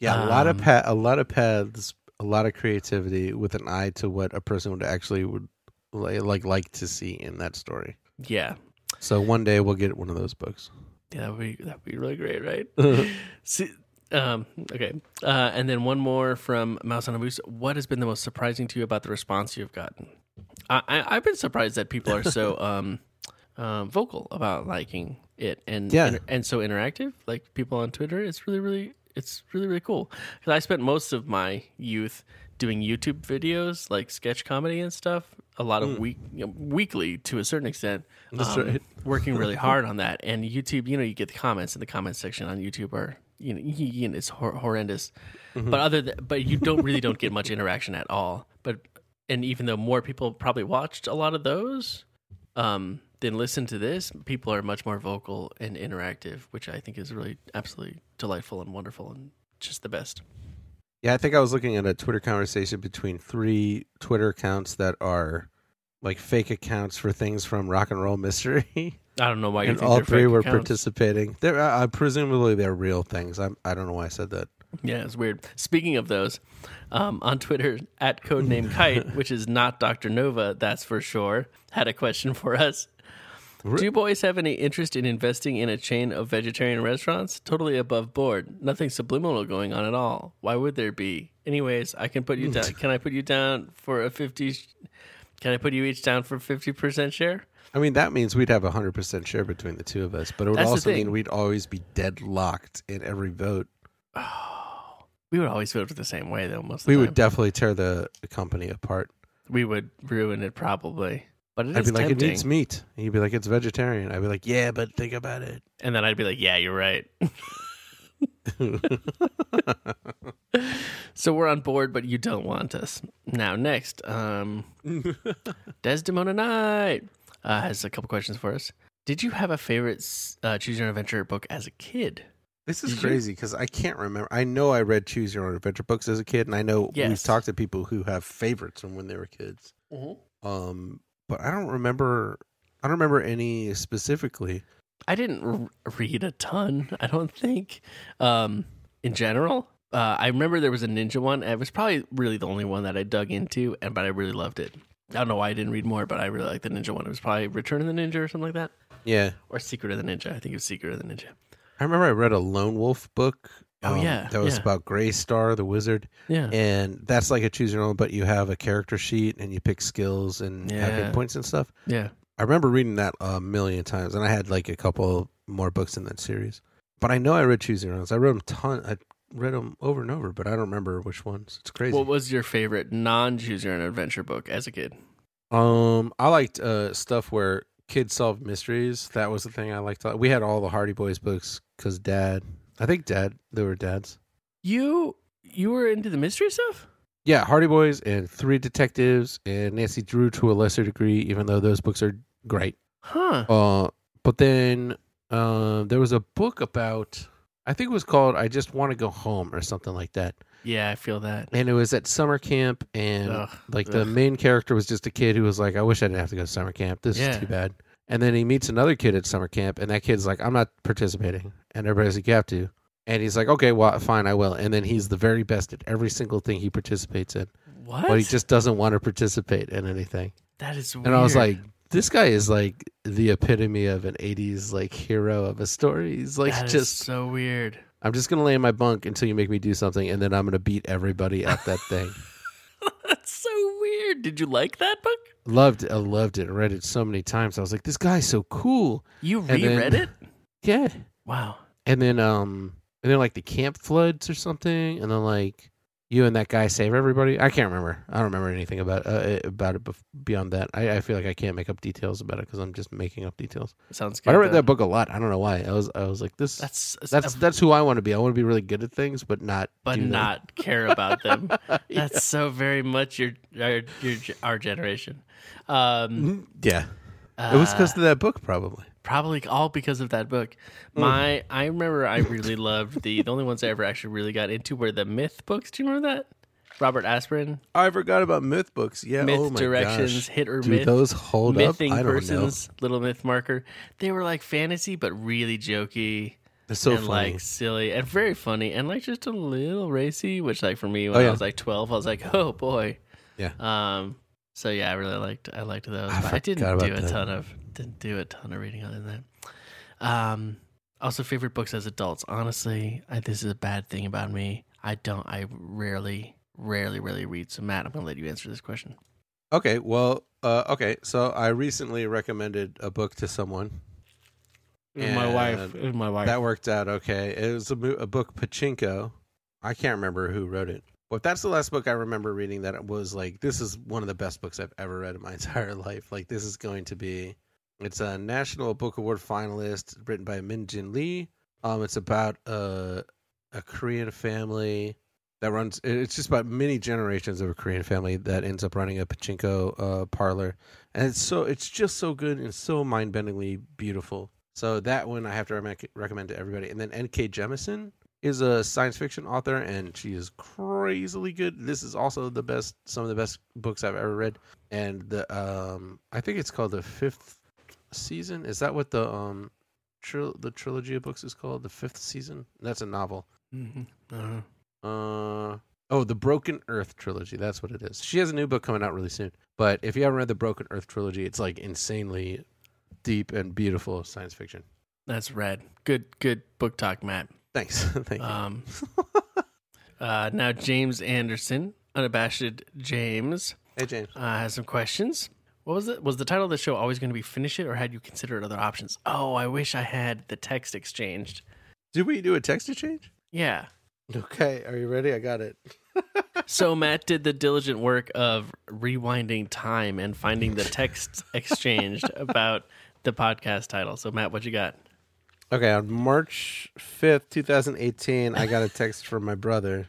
Yeah, a lot of Um, pa- a lot of paths, a lot of creativity with an eye to what a person would actually would li- like like to see in that story. Yeah, So one day we'll get one of those books. yeah, that would be that would be really great, right? See, um, okay, uh, and then one more from Mouse on a Moose. What has been the most surprising to you about the response you've gotten? I, I, I've been surprised that people are so um, um, vocal about liking it, and Yeah. and, and so interactive. Like people on Twitter, it's really, really, it's really, really cool. 'Cause I spent most of my youth doing YouTube videos, like sketch comedy and stuff. A lot of week, you know, weekly to a certain extent. Hmm. um, That's right. working really hard on that. And YouTube, you know, you get the comments in the comment section on YouTube are you know, you- you know, it's hor- horrendous. Mm-hmm. But other than, but you don't really don't get much interaction at all. But and even though more people probably watched a lot of those, um, then listen to this. People are much more vocal and interactive, which I think is really absolutely delightful and wonderful and just the best. Yeah, I think I was looking at a Twitter conversation between three Twitter accounts that are like fake accounts for things from Rock and Roll Mystery, I don't know why you and think all they're three fake were accounts. participating. They're uh, presumably they're real things. I'm, I don't know why I said that. Yeah, it's weird. Speaking of those, um, on Twitter at codename Kite, which is not Dr. Nova, that's for sure, had a question for us. Do you boys have any interest in investing in a chain of vegetarian restaurants? Totally above board. Nothing subliminal going on at all. Why would there be? Anyways, I can put you down. Can I put you down for a 50? sh- Can I put you each down for 50% share? I mean, that means we'd have a hundred percent share between the two of us, but it would That's the also mean thing. we'd always be deadlocked in every vote. We would always vote the same way, though, most of the We time. would definitely tear the company apart. we would ruin it, probably. But it I'd is be like, tempting. it needs meat. And He'd be like, it's vegetarian. I'd be like, yeah, but think about it. And then I'd be like, yeah, you're right. so we're on board, but you don't want us. Now, next, um, Desdemona Knight uh, has a couple questions for us. Did you have a favorite s- uh, Choose Your Own Adventure book as a kid? This is Did you- crazy because I can't remember. I know I read Choose Your Own Adventure books as a kid, and I know we've Yes. talked to people who have favorites from when they were kids. Um, but I don't remember. I don't remember any specifically. I didn't r- read a ton, I don't think, um, in general. Uh, I remember there was a ninja one. and It was probably really the only one that I dug into, and but I really loved it. I don't know why I didn't read more, but I really liked the ninja one. It was probably Return of the Ninja or something like that. Yeah, or Secret of the Ninja. I think it was Secret of the Ninja. I remember I read a Lone Wolf book. um, Oh, yeah, that was yeah. about Gray Star the wizard, Yeah. and that's like a Choose Your Own, but you have a character sheet and you pick skills and have Yeah. hit points and stuff. yeah. I remember reading that a million times, and I had like a couple more books in that series. But I know I read Choose Your Own. I read them ton. I read them over and over, but I don't remember which ones. It's crazy. What was your favorite non choose your own adventure book as a kid? um, I liked uh stuff where kids solved mysteries. That was the thing I liked. We had all the Hardy Boys books because Dad. I think Dad. They were Dad's. You you were into the mystery stuff? Yeah, Hardy Boys and Three Detectives and Nancy Drew to a lesser degree, even though those books are great. Huh. Uh, but then uh, there was a book about, I think it was called "I Just Want to Go Home" or something like that. Yeah, I feel that. And it was at summer camp, and Ugh, like the ugh. main character was just a kid who was like, "I wish I didn't have to go to summer camp. This Yeah. is too bad." And then he meets another kid at summer camp, and that kid's like, "I'm not participating," and everybody's like, "You have to." And he's like, "Okay, well, fine, I will." And then he's the very best at every single thing he participates in, What? but he just doesn't want to participate in anything. that is weird. And I was like, this guy is like the epitome of an 80s like hero of a story. He's like That is just so weird. I'm just going to lay in my bunk until you make me do something and then I'm going to beat everybody at that thing. That's so weird. Did you like that book? loved it. I loved it. I read it so many times. I was like this guy's so cool. You then- reread it? Yeah. Wow. And then um and then like the camp floods or something and then like you and that guy save everybody. I can't remember. I don't remember anything about uh, it- about it bef- beyond that. I, I feel like I can't make up details about it because I'm just making up details. Sounds good. But I read though. that book a lot. I don't know why. I was I was like this. That's That's that's that's who I want to be. I want to be really good at things, but not but do them. not care about them. That's Yeah. so very much your our, your our generation. Um, Mm, Yeah, Uh, it was because of that book probably. probably all because of that book. Mm. My I remember I really loved the the only ones I ever actually really got into were the myth books. Do you remember that? Robert Aspirin, Oh, I forgot about myth books. Yeah, Myth oh my Directions, gosh. Hit or Do Myth, those hold up? Mything I don't Persons, Little Myth Marker. They were like fantasy but really jokey. know. It's so and funny. like silly and very funny and like just a little racy, which like for me when Oh, yeah. I was like twelve, I was like, oh boy. Yeah. Um. So yeah, I really liked I liked those. I but I didn't forgot do a about that. ton of didn't do a ton of reading other than that. Um. Also, favorite books as adults. Honestly, I, this is a bad thing about me. I don't. I rarely, rarely, rarely read. So Matt, I'm gonna let you answer this question. Okay, well, uh, okay. So I recently recommended a book to someone. my wife. And my wife. That worked out okay. It was a, mo- a book, Pachinko. I can't remember who wrote it, but that's the last book I remember reading. That it was like this is one of the best books I've ever read in my entire life. Like this is going to be. It's a National Book Award finalist, written by Min Jin Lee. Um, it's about a a Korean family that runs. it- It's just about many generations of a Korean family that ends up running a pachinko uh, parlor, and it's so it's just so good and so mind bendingly beautiful. So that one I have to rec- recommend to everybody. And then N.K. Jemisin is a science fiction author, and she is crazily good. This is also the best, some of the best books I've ever read. And the um, I think it's called the fifth season. Is that what the um, tril- the trilogy of books is called? The fifth season. That's a novel. Mhm. I don't know. Uh oh, the Broken Earth trilogy. That's what it is. She has a new book coming out really soon. But if you haven't read the Broken Earth trilogy, it's like insanely deep and beautiful science fiction. That's red. Good. Good book talk, Matt. Thanks. Thank you. Um, uh, now, James Anderson, unabashed James, hey James. uh, has some questions. What was it? Was the title of the show always going to be "Finish It" or had you considered other options? Oh, I wish I had the text exchanged. Did we do a text exchange? Yeah. Okay. Are you ready? I got it. So Matt did the diligent work of rewinding time and finding the text exchanged about the podcast title. So Matt, what you got? Okay, on March 5th, 2018, I got a text from my brother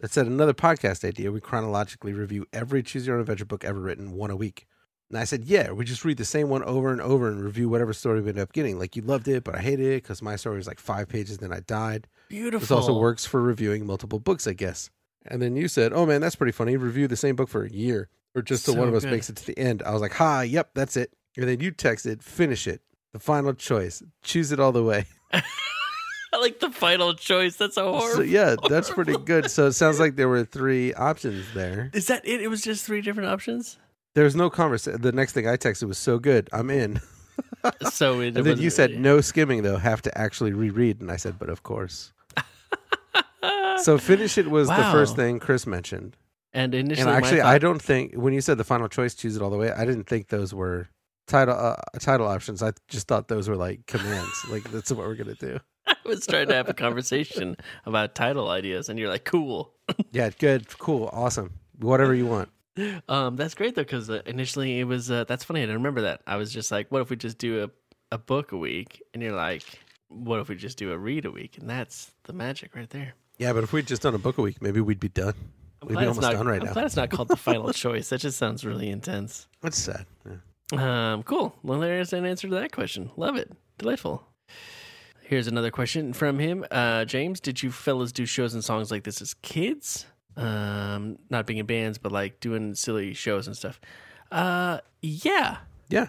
that said another podcast idea. We chronologically review every Choose Your Own Adventure book ever written, one a week. And I said, Yeah, we just read the same one over and over and review whatever story we end up getting. Like, you loved it, but I hated it because my story was like five pages, then I died. Beautiful. This also works for reviewing multiple books, I guess. And then you said, Oh man, that's pretty funny. Review the same book for a year or just till So one of us good. makes it to the end. I was like, Ha, yep, that's it. And then you texted, Finish it. The final choice. Choose it all the way. I like the final choice. That's so So, horrible. yeah, that's pretty good. So it sounds like there were three options there. Is that it? It was just three different options. There's no conversation. The next thing I texted was so good, I'm in. So it And then was- you said no skimming though, have to actually reread, and I said, but of course. so finish it was the Wow. first thing Chris mentioned, And initially, and actually, my I thought, don't think when you said the final choice, choose it all the way. I didn't think those were title uh, title options. I just thought those were like commands, like that's what we're gonna do. I was trying to have a conversation about title ideas, and you're like, "Cool." Yeah, good, cool, awesome, whatever you want. Um, that's great though, because uh, initially it was. Uh, that's funny. I didn't remember that. I was just like, "What if we just do a a book a week?" And you're like, "What if we just do a read a week?" And that's the magic right there. Yeah, but if we'd just done a book a week, maybe we'd be done. I'm we'd glad be it's almost not, done right I'm now. glad it's not called the final choice. That just sounds really intense. That's sad. Yeah. Um, cool. Well, there's an answer to that question. Love it. Delightful. Here's another question from him. Uh, James, did you fellas do shows and songs like this as kids? Um, not being in bands, but like doing silly shows and stuff. Uh, yeah, Yeah.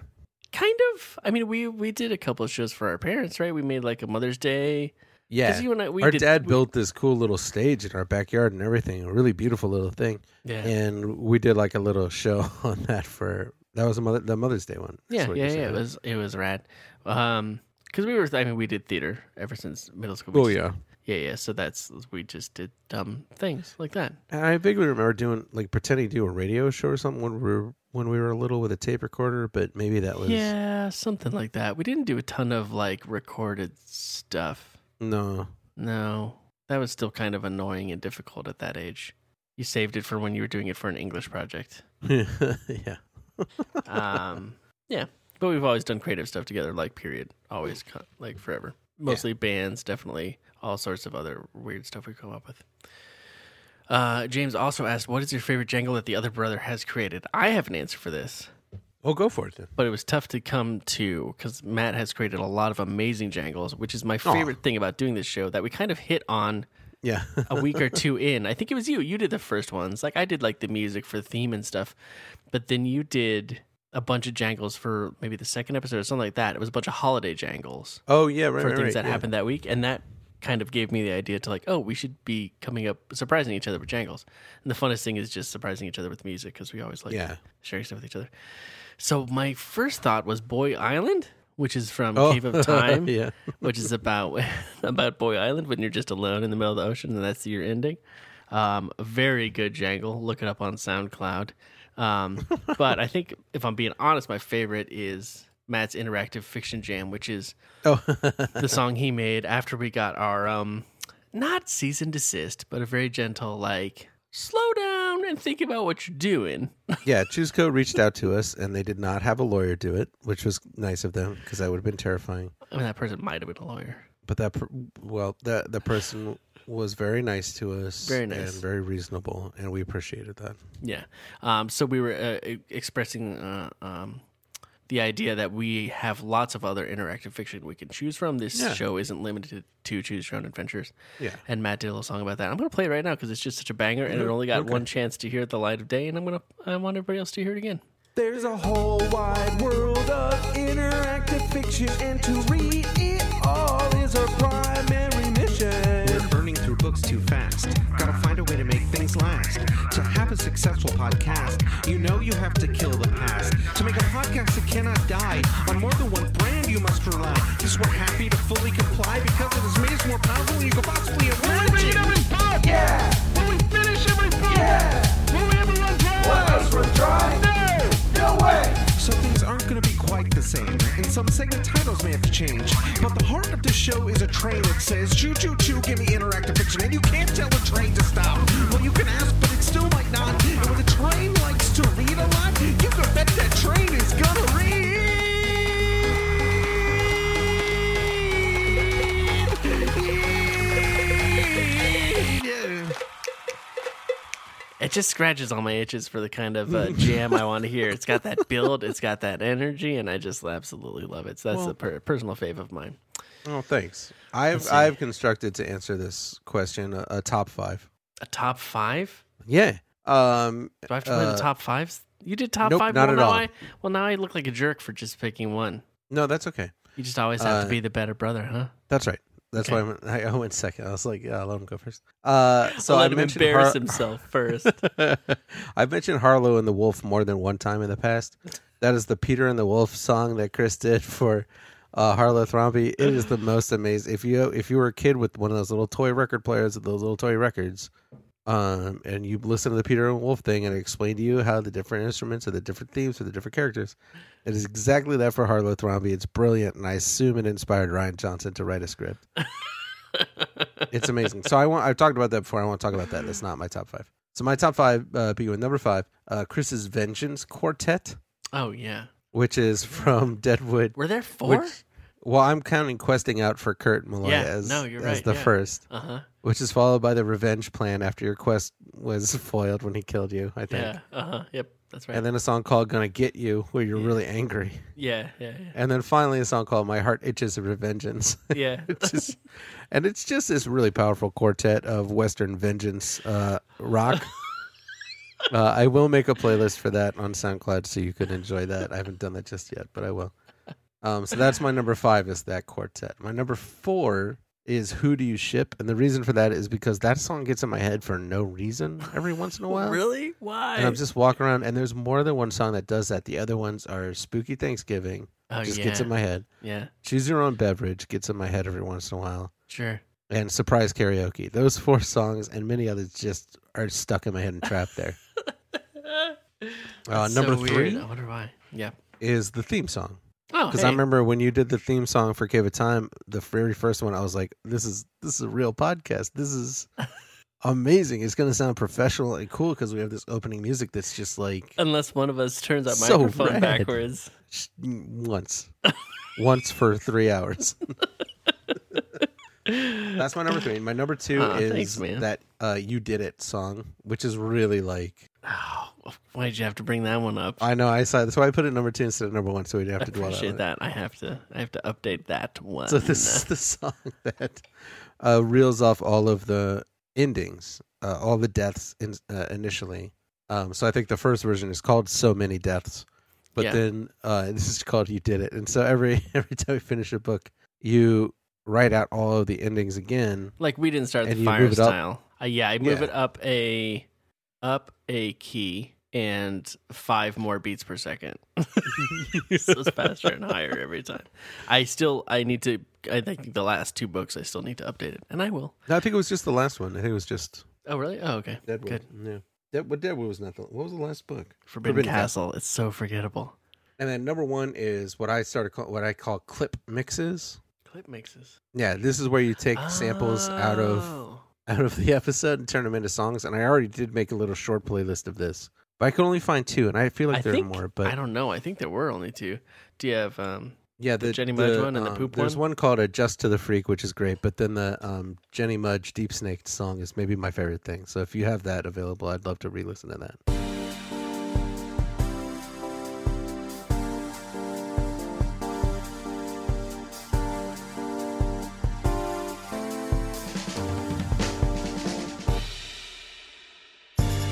kind of. I mean, we we did a couple of shows for our parents, right? We made like a Mother's Day. 'Cause Yeah. you and I, we our did- dad we- built this cool little stage in our backyard and everything, a really beautiful little thing. Yeah, And we did like a little show on that for that was a mother the Mother's Day one. That's yeah, what yeah, you said, yeah. It right? was it was rad. Um, because we were, I mean, we did theater ever since middle school. We Oh just- yeah. yeah, yeah. So that's we just did dumb things like that. And I vaguely remember doing like pretending to do a radio show or something when we were when we were little with a tape recorder, but maybe that was Yeah, something like that. We didn't do a ton of like recorded stuff. no. No, that was still kind of annoying and difficult at that age. You saved it for when you were doing it for an English project. yeah. Um, yeah, but we've always done creative stuff together, like period, always, co- like forever. Mostly bands, definitely all sorts of other weird stuff we come up with. Uh, James also asked, "What is your favorite jangle that the other brother has created?" I have an answer for this, Oh, go for it then. but it was tough to come to because Matt has created a lot of amazing jangles, which is my favorite thing about doing this show that we kind of hit on Yeah. a week or two in. I think it was you. You did the first ones. Like I did like the music for theme and stuff, but then you did a bunch of jangles for maybe the second episode or something like that. It was a bunch of holiday jangles oh, yeah. Right. for right, things right, that yeah. happened that week, and that kind of gave me the idea to like, oh, we should be coming up surprising each other with jangles. And the funnest thing is just surprising each other with music because we always like Yeah. sharing stuff with each other. So my first thought was Boy Island, which is from Oh. Cave of Time yeah. which is about about Boy Island when you're just alone in the middle of the ocean and that's your ending. Um, very good jangle. Look it up on SoundCloud. Um, but I think if I'm being honest, my favorite is Matt's interactive fiction jam, which is Oh, the song he made after we got our um, not cease and desist, but a very gentle like slow down and think about what you're doing. yeah. Chusco reached out to us and they did not have a lawyer do it, which was nice of them because that would have been terrifying. I mean, that person might have been a lawyer. But that, per- well, that the person was very nice to us. Very nice. And very reasonable. And we appreciated that. Yeah. Um, so we were uh, e- expressing uh, um, the idea that we have lots of other interactive fiction we can choose from. This Yeah. show isn't limited to choose your own adventures. Yeah. And Matt did a little song about that. I'm going to play it right now because it's just such a banger, and it only got one chance to hear it the light of day. And I'm going to I want everybody else to hear it again. There's a whole wide world of interactive fiction, and to read it all is our primary mission. We're burning through books too fast. Gotta find a way to make things last. To have a successful podcast, you know you have to kill the past. To make a podcast that cannot die, on more than one brand you must rely. Just we're happy to fully comply because it has made us more powerful than you could possibly imagine. So things aren't going to be quite the same, and some segment titles may have to change. But the heart of this show is a train that says, choo choo choo, give me interactive fiction, and you can't tell a train to stop. Well, you can ask, but it still might not. And when a train likes to read a lot, you can bet that train is going to read. It just scratches all my itches for the kind of uh, jam I want to hear. It's got that build, it's got that energy, and I just absolutely love it. So that's a per- personal fave of mine. Oh, thanks. I've I've constructed to answer this question a, a top five. A top five? Yeah. Um. Do I have to play uh, the top fives? You did top nope, five. not well, at now all. I, well, now I look like a jerk for just picking one. No, that's okay. You just always have Uh, to be the better brother, huh? That's right. That's why I went, I I went second. I was like, yeah, let him go first. Uh, so I'll I let him mentioned embarrass Har- himself first. I've mentioned Harlow and the Wolf more than one time in the past. That is the Peter and the Wolf song that Chris did for uh, Harlow Thrombey. It is the most amazing. If you if you were a kid with one of those little toy record players with those little toy records, um, and you listen to the Peter and Wolf thing, and it explained to you how the different instruments or the different themes or the different characters. It is exactly that for Harlow Thrombey. It's brilliant, and I assume it inspired Ryan Johnson to write a script. it's amazing. So I want. I've talked about that before. I won't talk about that. That's not my top five. So my top five, uh, begin with number five, uh, Chris's Vengeance Quartet, oh yeah, which is from Deadwood. were there four? Which, well, I'm counting questing out for Kurt Malloy Yeah, as, no, you're as right, the yeah. first, Uh huh. which is followed by the Revenge Plan after your quest was foiled when he killed you, I think. Yeah. Uh huh. Yep. That's right. And then a song called "Gonna Get You," where you're really angry, yeah. Yeah. Yeah. and then finally a song called "My Heart Itches for Vengeance." yeah. It's just- and it's just this really powerful quartet of Western vengeance uh, rock. uh, I will make a playlist for that on SoundCloud so you could enjoy that. I haven't done that just yet, but I will. Um, so that's my number five is that quartet. My number four is Who Do You Ship? And the reason for that is because that song gets in my head for no reason every once in a while. really? Why? And I'm just walking around, and there's more than one song that does that. The other ones are Spooky Thanksgiving, oh just yeah. gets in my head. yeah. Choose Your Own Beverage gets in my head every once in a while Sure. and surprise karaoke. Those four songs and many others just are stuck in my head and trapped there. uh, That's number so weird. three I wonder why. Yeah. is the theme song Oh, because hey. I remember when you did the theme song for Cave of Time, the very first one. I was like, "This is this is a real podcast. This is amazing. It's going to sound professional and cool because we have this opening music that's just like Unless one of us turns our So microphone rad. backwards. sh- once, once for three hours. that's my number three. My number two Aw, is thanks, man. that uh, "You Did It" song, which is really like Oh, why'd you have to bring that one up? I know I saw. That's why I put it number two instead of number one, so we didn't have to dwell on Appreciate it. that. I have to. I have to update that one. So this is the song that uh, reels off all of the endings, uh, all the deaths in, uh, initially. Um, so I think the first version is called "So Many Deaths," but Yeah. then uh, this is called "You Did It." And so every every time we finish a book, you write out all of the endings again. like we didn't start And the you fire move it up. style. Uh, yeah, I move Yeah. it up a up a key and five more beats per second. so it's faster and higher every time. I still I need to. I think the last two books I still need to update it, and I will. No, I think it was just the last one. I think it was just Oh really? Oh okay. Deadwood. Good. Yeah. Dead, what Deadwood was not the what was the last book? Forbidden, Forbidden Castle. It's so forgettable. And then number one is what I started call, what I call clip mixes. Clip mixes. Yeah, this is where you take samples out of Oh. out of the episode and turn them into songs. And I already did make a little short playlist of this, but I could only find two, and I feel like I there think are more. But I don't know. I think there were only two. Do you have um? yeah, the, Jenny Mudge one and the um, poop There's one? one called "Adjust to the Freak," which is great. But then the um, Jenny Mudge Deep Snake song is maybe my favorite thing. So if you have that available, I'd love to re-listen to that.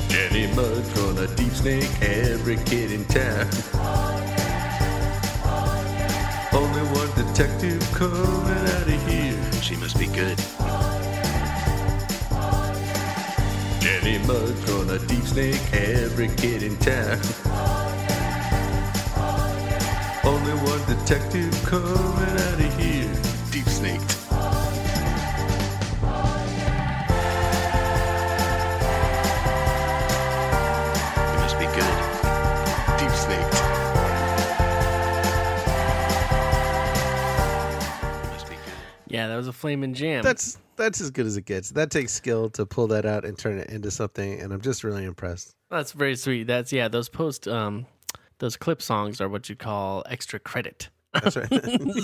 Jenny Mudge on a deep snake, every kid in town. Only one detective coming out of here. She must be good. Jenny Mudge on a deep snake, every kid in town. Only one detective coming out of here. Deep snaked. It must be good. Deep snaked. It must be good. Yeah, that was a flaming jam. That's that's as good as it gets. That takes skill to pull that out and turn it into something, and I'm just really impressed. That's very sweet. That's yeah. Those post um, those clip songs are what you call extra credit. That's right.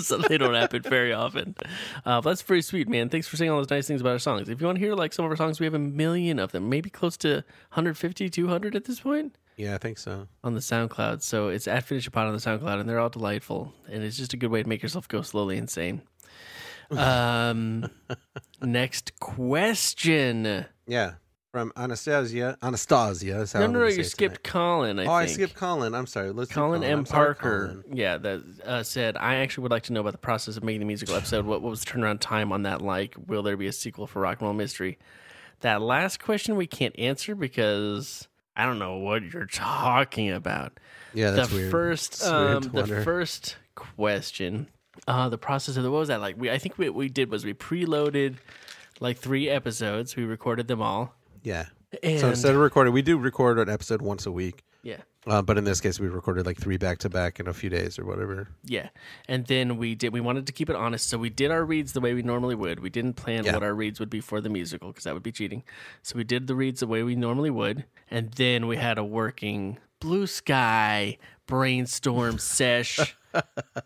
so they don't happen very often. Uh, but that's very sweet, man. Thanks for saying all those nice things about our songs. If you want to hear like some of our songs, we have a million of them, maybe close to 150, 200 at this point yeah, I think so. on the SoundCloud. So it's at Finish Upon on the SoundCloud, and they're all delightful. And it's just a good way to make yourself go slowly insane. Um, next question. Yeah, from Anastasia. Anastasia. Is how No, I'm no, no, gonna you say it skipped Colin. I tonight. oh, I think. skipped Colin. I'm sorry. Let's do Colin M. I'm sorry, Parker, Colin. yeah, that uh, said, I actually would like to know about the process of making the musical episode. What, what was the turnaround time on that like? Will there be a sequel for Rock and Roll Mystery? That last question we can't answer because I don't know what you're talking about. Yeah, that's the weird. first, It's weird um, to the wonder. first question, uh, the process of the what was that like? We I think what we did was we preloaded like three episodes. We recorded them all. Yeah. And, So instead of recording, we do record an episode once a week. yeah. Uh, but in this case, we recorded like three back to back in a few days or whatever. Yeah. And then we did, we wanted to keep it honest. So we did our reads the way we normally would. We didn't plan Yeah. what our reads would be for the musical because that would be cheating. So we did the reads the way we normally would. And then we had a working blue sky brainstorm sesh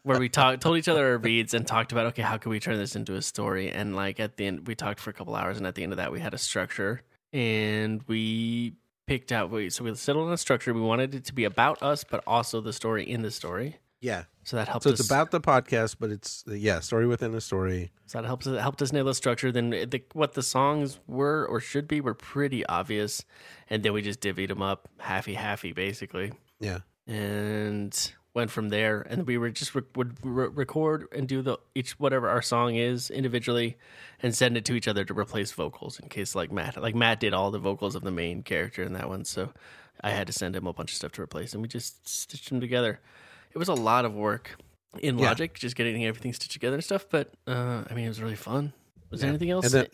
where we talked, told each other our reads and talked about, okay, how can we turn this into a story? And like at the end, we talked for a couple hours. And at the end of that, we had a structure and we picked out, we, so we settled on a structure. We wanted it to be about us, but also the story in the story. Yeah. So that helped So us. it's about the podcast, but it's yeah, story within a story. So that helps it helped us nail the structure. Then the, what the songs were or should be were pretty obvious, and then we just divvied them up halfy halfy basically, Yeah. and went from there. And we were just re- would re- record and do the each whatever our song is individually, and send it to each other to replace vocals in case like Matt like Matt did all the vocals of the main character in that one, so I had to send him a bunch of stuff to replace, and we just stitched them together. It was a lot of work in Yeah. Logic, just getting everything stitched together and stuff. But uh, I mean, it was really fun. Was there anything else And then-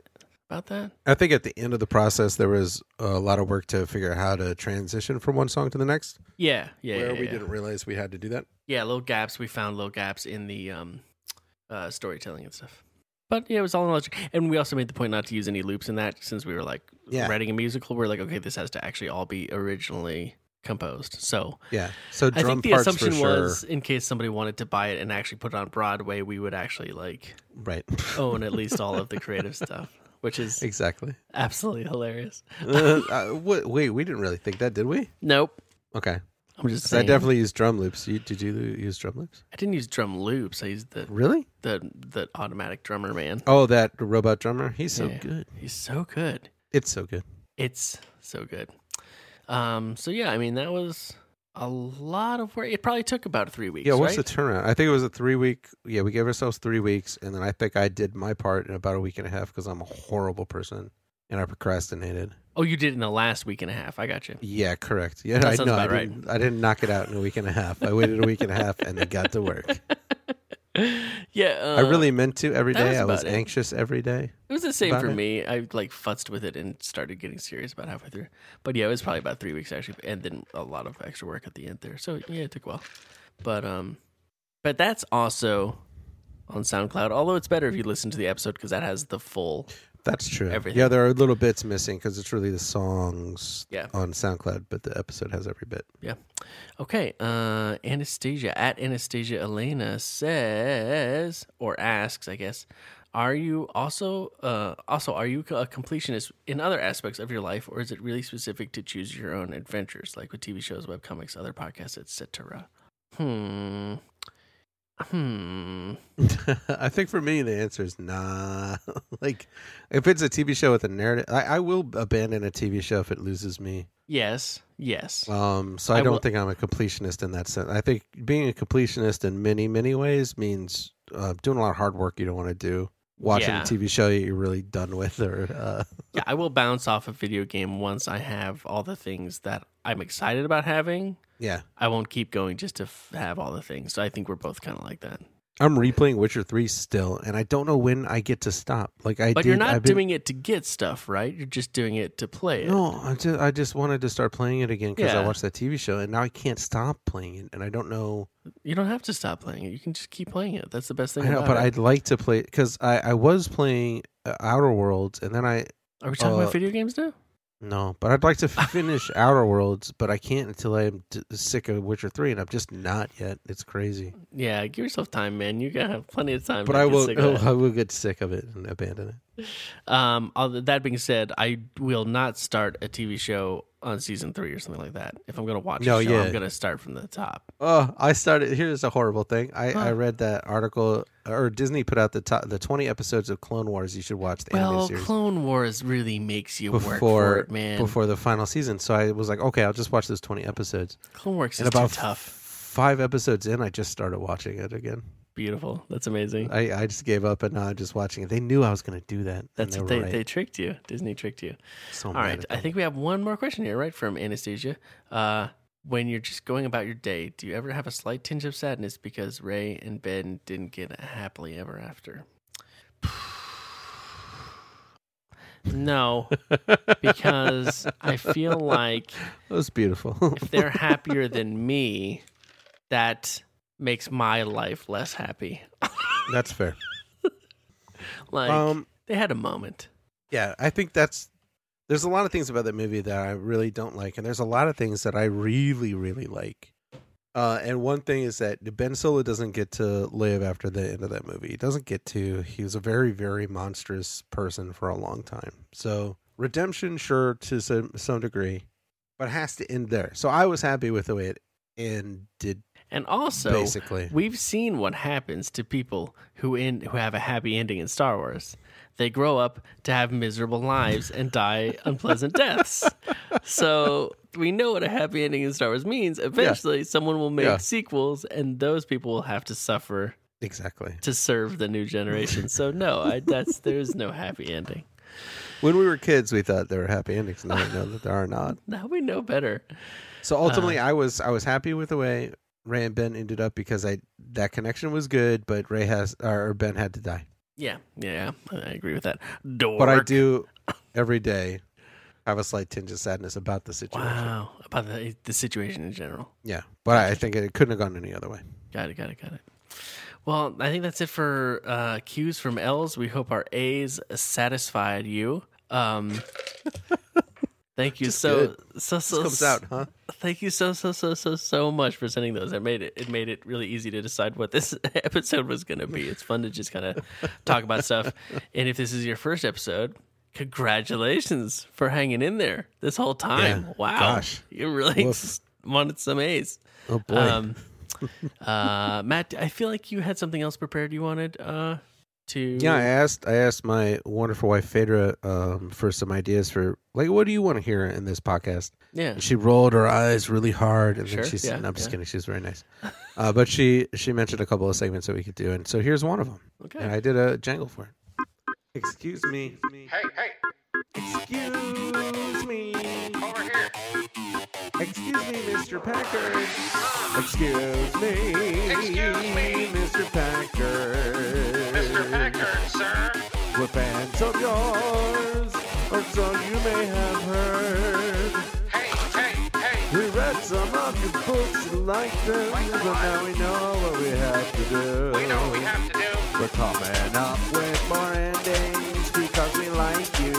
about that? I think at the end of the process, there was a lot of work to figure out how to transition from one song to the next, Yeah, yeah, where yeah, we yeah. didn't realize we had to do that. Yeah, little gaps. We found little gaps in the um, uh, storytelling and stuff. But yeah, it was all in logic. And we also made the point not to use any loops in that since we were like Yeah. writing a musical. We're like, okay, this has to actually all be originally composed. So Yeah. So I drum think the parts assumption for sure. was in case somebody wanted to buy it and actually put it on Broadway, we would actually like right. own at least all of the creative stuff, which is exactly. absolutely hilarious. Uh, uh, wait, wait, we didn't really think that, did we? Nope. Okay. I'm just 'Cause I saying. definitely used drum loops. You, did you use drum loops? I didn't use drum loops. I used the Really? the the automatic drummer man. Oh, that robot drummer. He's so Yeah. good. He's so good. It's so good. It's so good. Um. So yeah, I mean that was a lot of work. It probably took about three weeks. Yeah, what's right? the turnaround? I think it was a three week. Yeah, we gave ourselves three weeks, and then I think I did my part in about a week and a half because I'm a horrible person and I procrastinated. oh, you did it in the last week and a half. I got you. Yeah, correct. Yeah, That I sounds know. I about right. didn't, I didn't knock it out in a week and a half. I waited a week and a half and then got to work. Yeah. Uh, I really meant to every that day. was I was about it. anxious every day. It was the same about for it. me. I like futzed with it and started getting serious about halfway through. But yeah, it was probably about three weeks actually, and then a lot of extra work at the end there. So yeah, it took a while. But um, but that's also on SoundCloud. Although it's better if you listen to the episode because that has the full. That's true. Everything. Yeah, there are little bits missing because it's really the songs Yeah. on SoundCloud, but the episode has every bit. Yeah. Okay. Uh, Anastasia at Anastasia Elena says or asks, I guess, are you also uh, also are you a completionist in other aspects of your life, or is it really specific to choose your own adventures, like with TV shows, webcomics, other podcasts, etc.? Hmm. Hmm. I think for me the answer is nah. like if it's a TV show with a narrative, I, I will abandon a TV show if it loses me. Yes. Yes. Um, so I, I don't will- think I'm a completionist in that sense. I think being a completionist in many many ways means uh, doing a lot of hard work you don't want to do, watching Yeah. a TV show that you're really done with, or uh, Yeah, I will bounce off a video game once I have all the things that I'm excited about having. yeah. I won't keep going just to f- have all the things. So I think we're both kind of like that. I'm replaying Witcher Three still, and I don't know when I get to stop. Like I, But did, you're not I've been- doing it to get stuff, right? You're just doing it to play it. No, I just I just wanted to start playing it again because I Yeah. watched that TV show, and now I can't stop playing it, and I don't know. You don't have to stop playing it. You can just keep playing it. That's the best thing. I know, about but it. I'd like to play because I I was playing uh, Outer Worlds, and then I are we talking uh, about video games now? no, but I'd like to finish Outer Worlds, but I can't until I'm d- sick of Witcher Three, and I'm just not yet. It's crazy, Yeah, give yourself time, man. You gotta have plenty of time. but to I get will sick of that. I will get sick of it and abandon it. Um, all that being said, I will not start a TV show on season three or something like that. If I'm gonna watch, No, a show, yeah. I'm gonna start from the top. Oh, I started. Here's a horrible thing. I, I Huh. read that article, or Disney put out the top, the 20 episodes of Clone Wars you should watch the Well, anime series Clone Wars really makes you work for before it, man. before the final season. So I was like, okay, I'll just watch those 20 episodes. Clone Wars is and about too tough. Five episodes in, I just started watching it again. Beautiful. That's amazing. I, I just gave up, and now I'm just watching it. They knew I was going to do that. and That's they what were they, right. Oh, they tricked you. Disney tricked you. So All mad right. at I them. think we have one more question here, right? From Anastasia. Uh, when you're just going about your day, do you ever have a slight tinge of sadness because Ray and Ben didn't get a happily ever after? No, because I feel like That was beautiful. if they're happier than me, that makes my life less happy. That's fair. Like Um, they had a moment. yeah, I think that's there's a lot of things about that movie that I really don't like, and there's a lot of things that I really, really like. Uh, and one thing is that Ben Solo doesn't get to live after the end of that movie. He doesn't get to. He was a very, very monstrous person for a long time. So redemption, sure, to some, some degree, but has to end there. So I was happy with the way it ended, And also, basically. We've seen what happens to people who in who have a happy ending in Star Wars. They grow up to have miserable lives and die unpleasant deaths. So we know what a happy ending in Star Wars means. Eventually, someone will make Yeah. sequels, and those people will have to suffer Exactly. to serve the new generation. So no, I, that's there's no happy ending. When we were kids, we thought there were happy endings. Now we know that there are not. Now we know better. So ultimately, I was I was happy with the way Ray and Ben ended up because I that connection was good, but Ray has or Ben had to die. Yeah, yeah, I agree with that. Dork. But I do every day have a slight tinge of sadness about the situation. Wow, about the, the situation in general. Yeah, but I, I think it couldn't have gone any other way. Got it, got it, got it. Well, I think that's it for uh, cues from L's. We hope our A's satisfied you. Um, thank you so, so so Comes out, huh? Thank you so so so so so much for sending those. It made it it made it really easy to decide what this episode was going to be. It's fun to just kind of talk about stuff. And if this is your first episode, congratulations for hanging in there this whole time. Yeah. Wow, Gosh. you really Woof. wanted some A's. Oh boy. Um, uh, Matt, I feel like you had something else prepared you wanted uh, to. yeah, I asked I asked my wonderful wife Phaedra um, for some ideas for like what do you want to hear in this podcast? yeah. And She rolled her eyes really hard, and Sure, then she said, yeah, no, "I'm just yeah. kidding." She's very nice, uh, but she she mentioned a couple of segments that we could do, and so here's one of them. Okay. and I did a jangle for it. Excuse me. Hey, hey. Excuse me. Over here. Excuse me, Mr. Packard. Excuse me. Excuse me, Mr. Packard. Mr. Packard, sir. We're fans of yours, or so you may have heard. We read some of your books and liked them, but now we know what we have to do. We know what we have to do. We're coming up with more endings because we like you.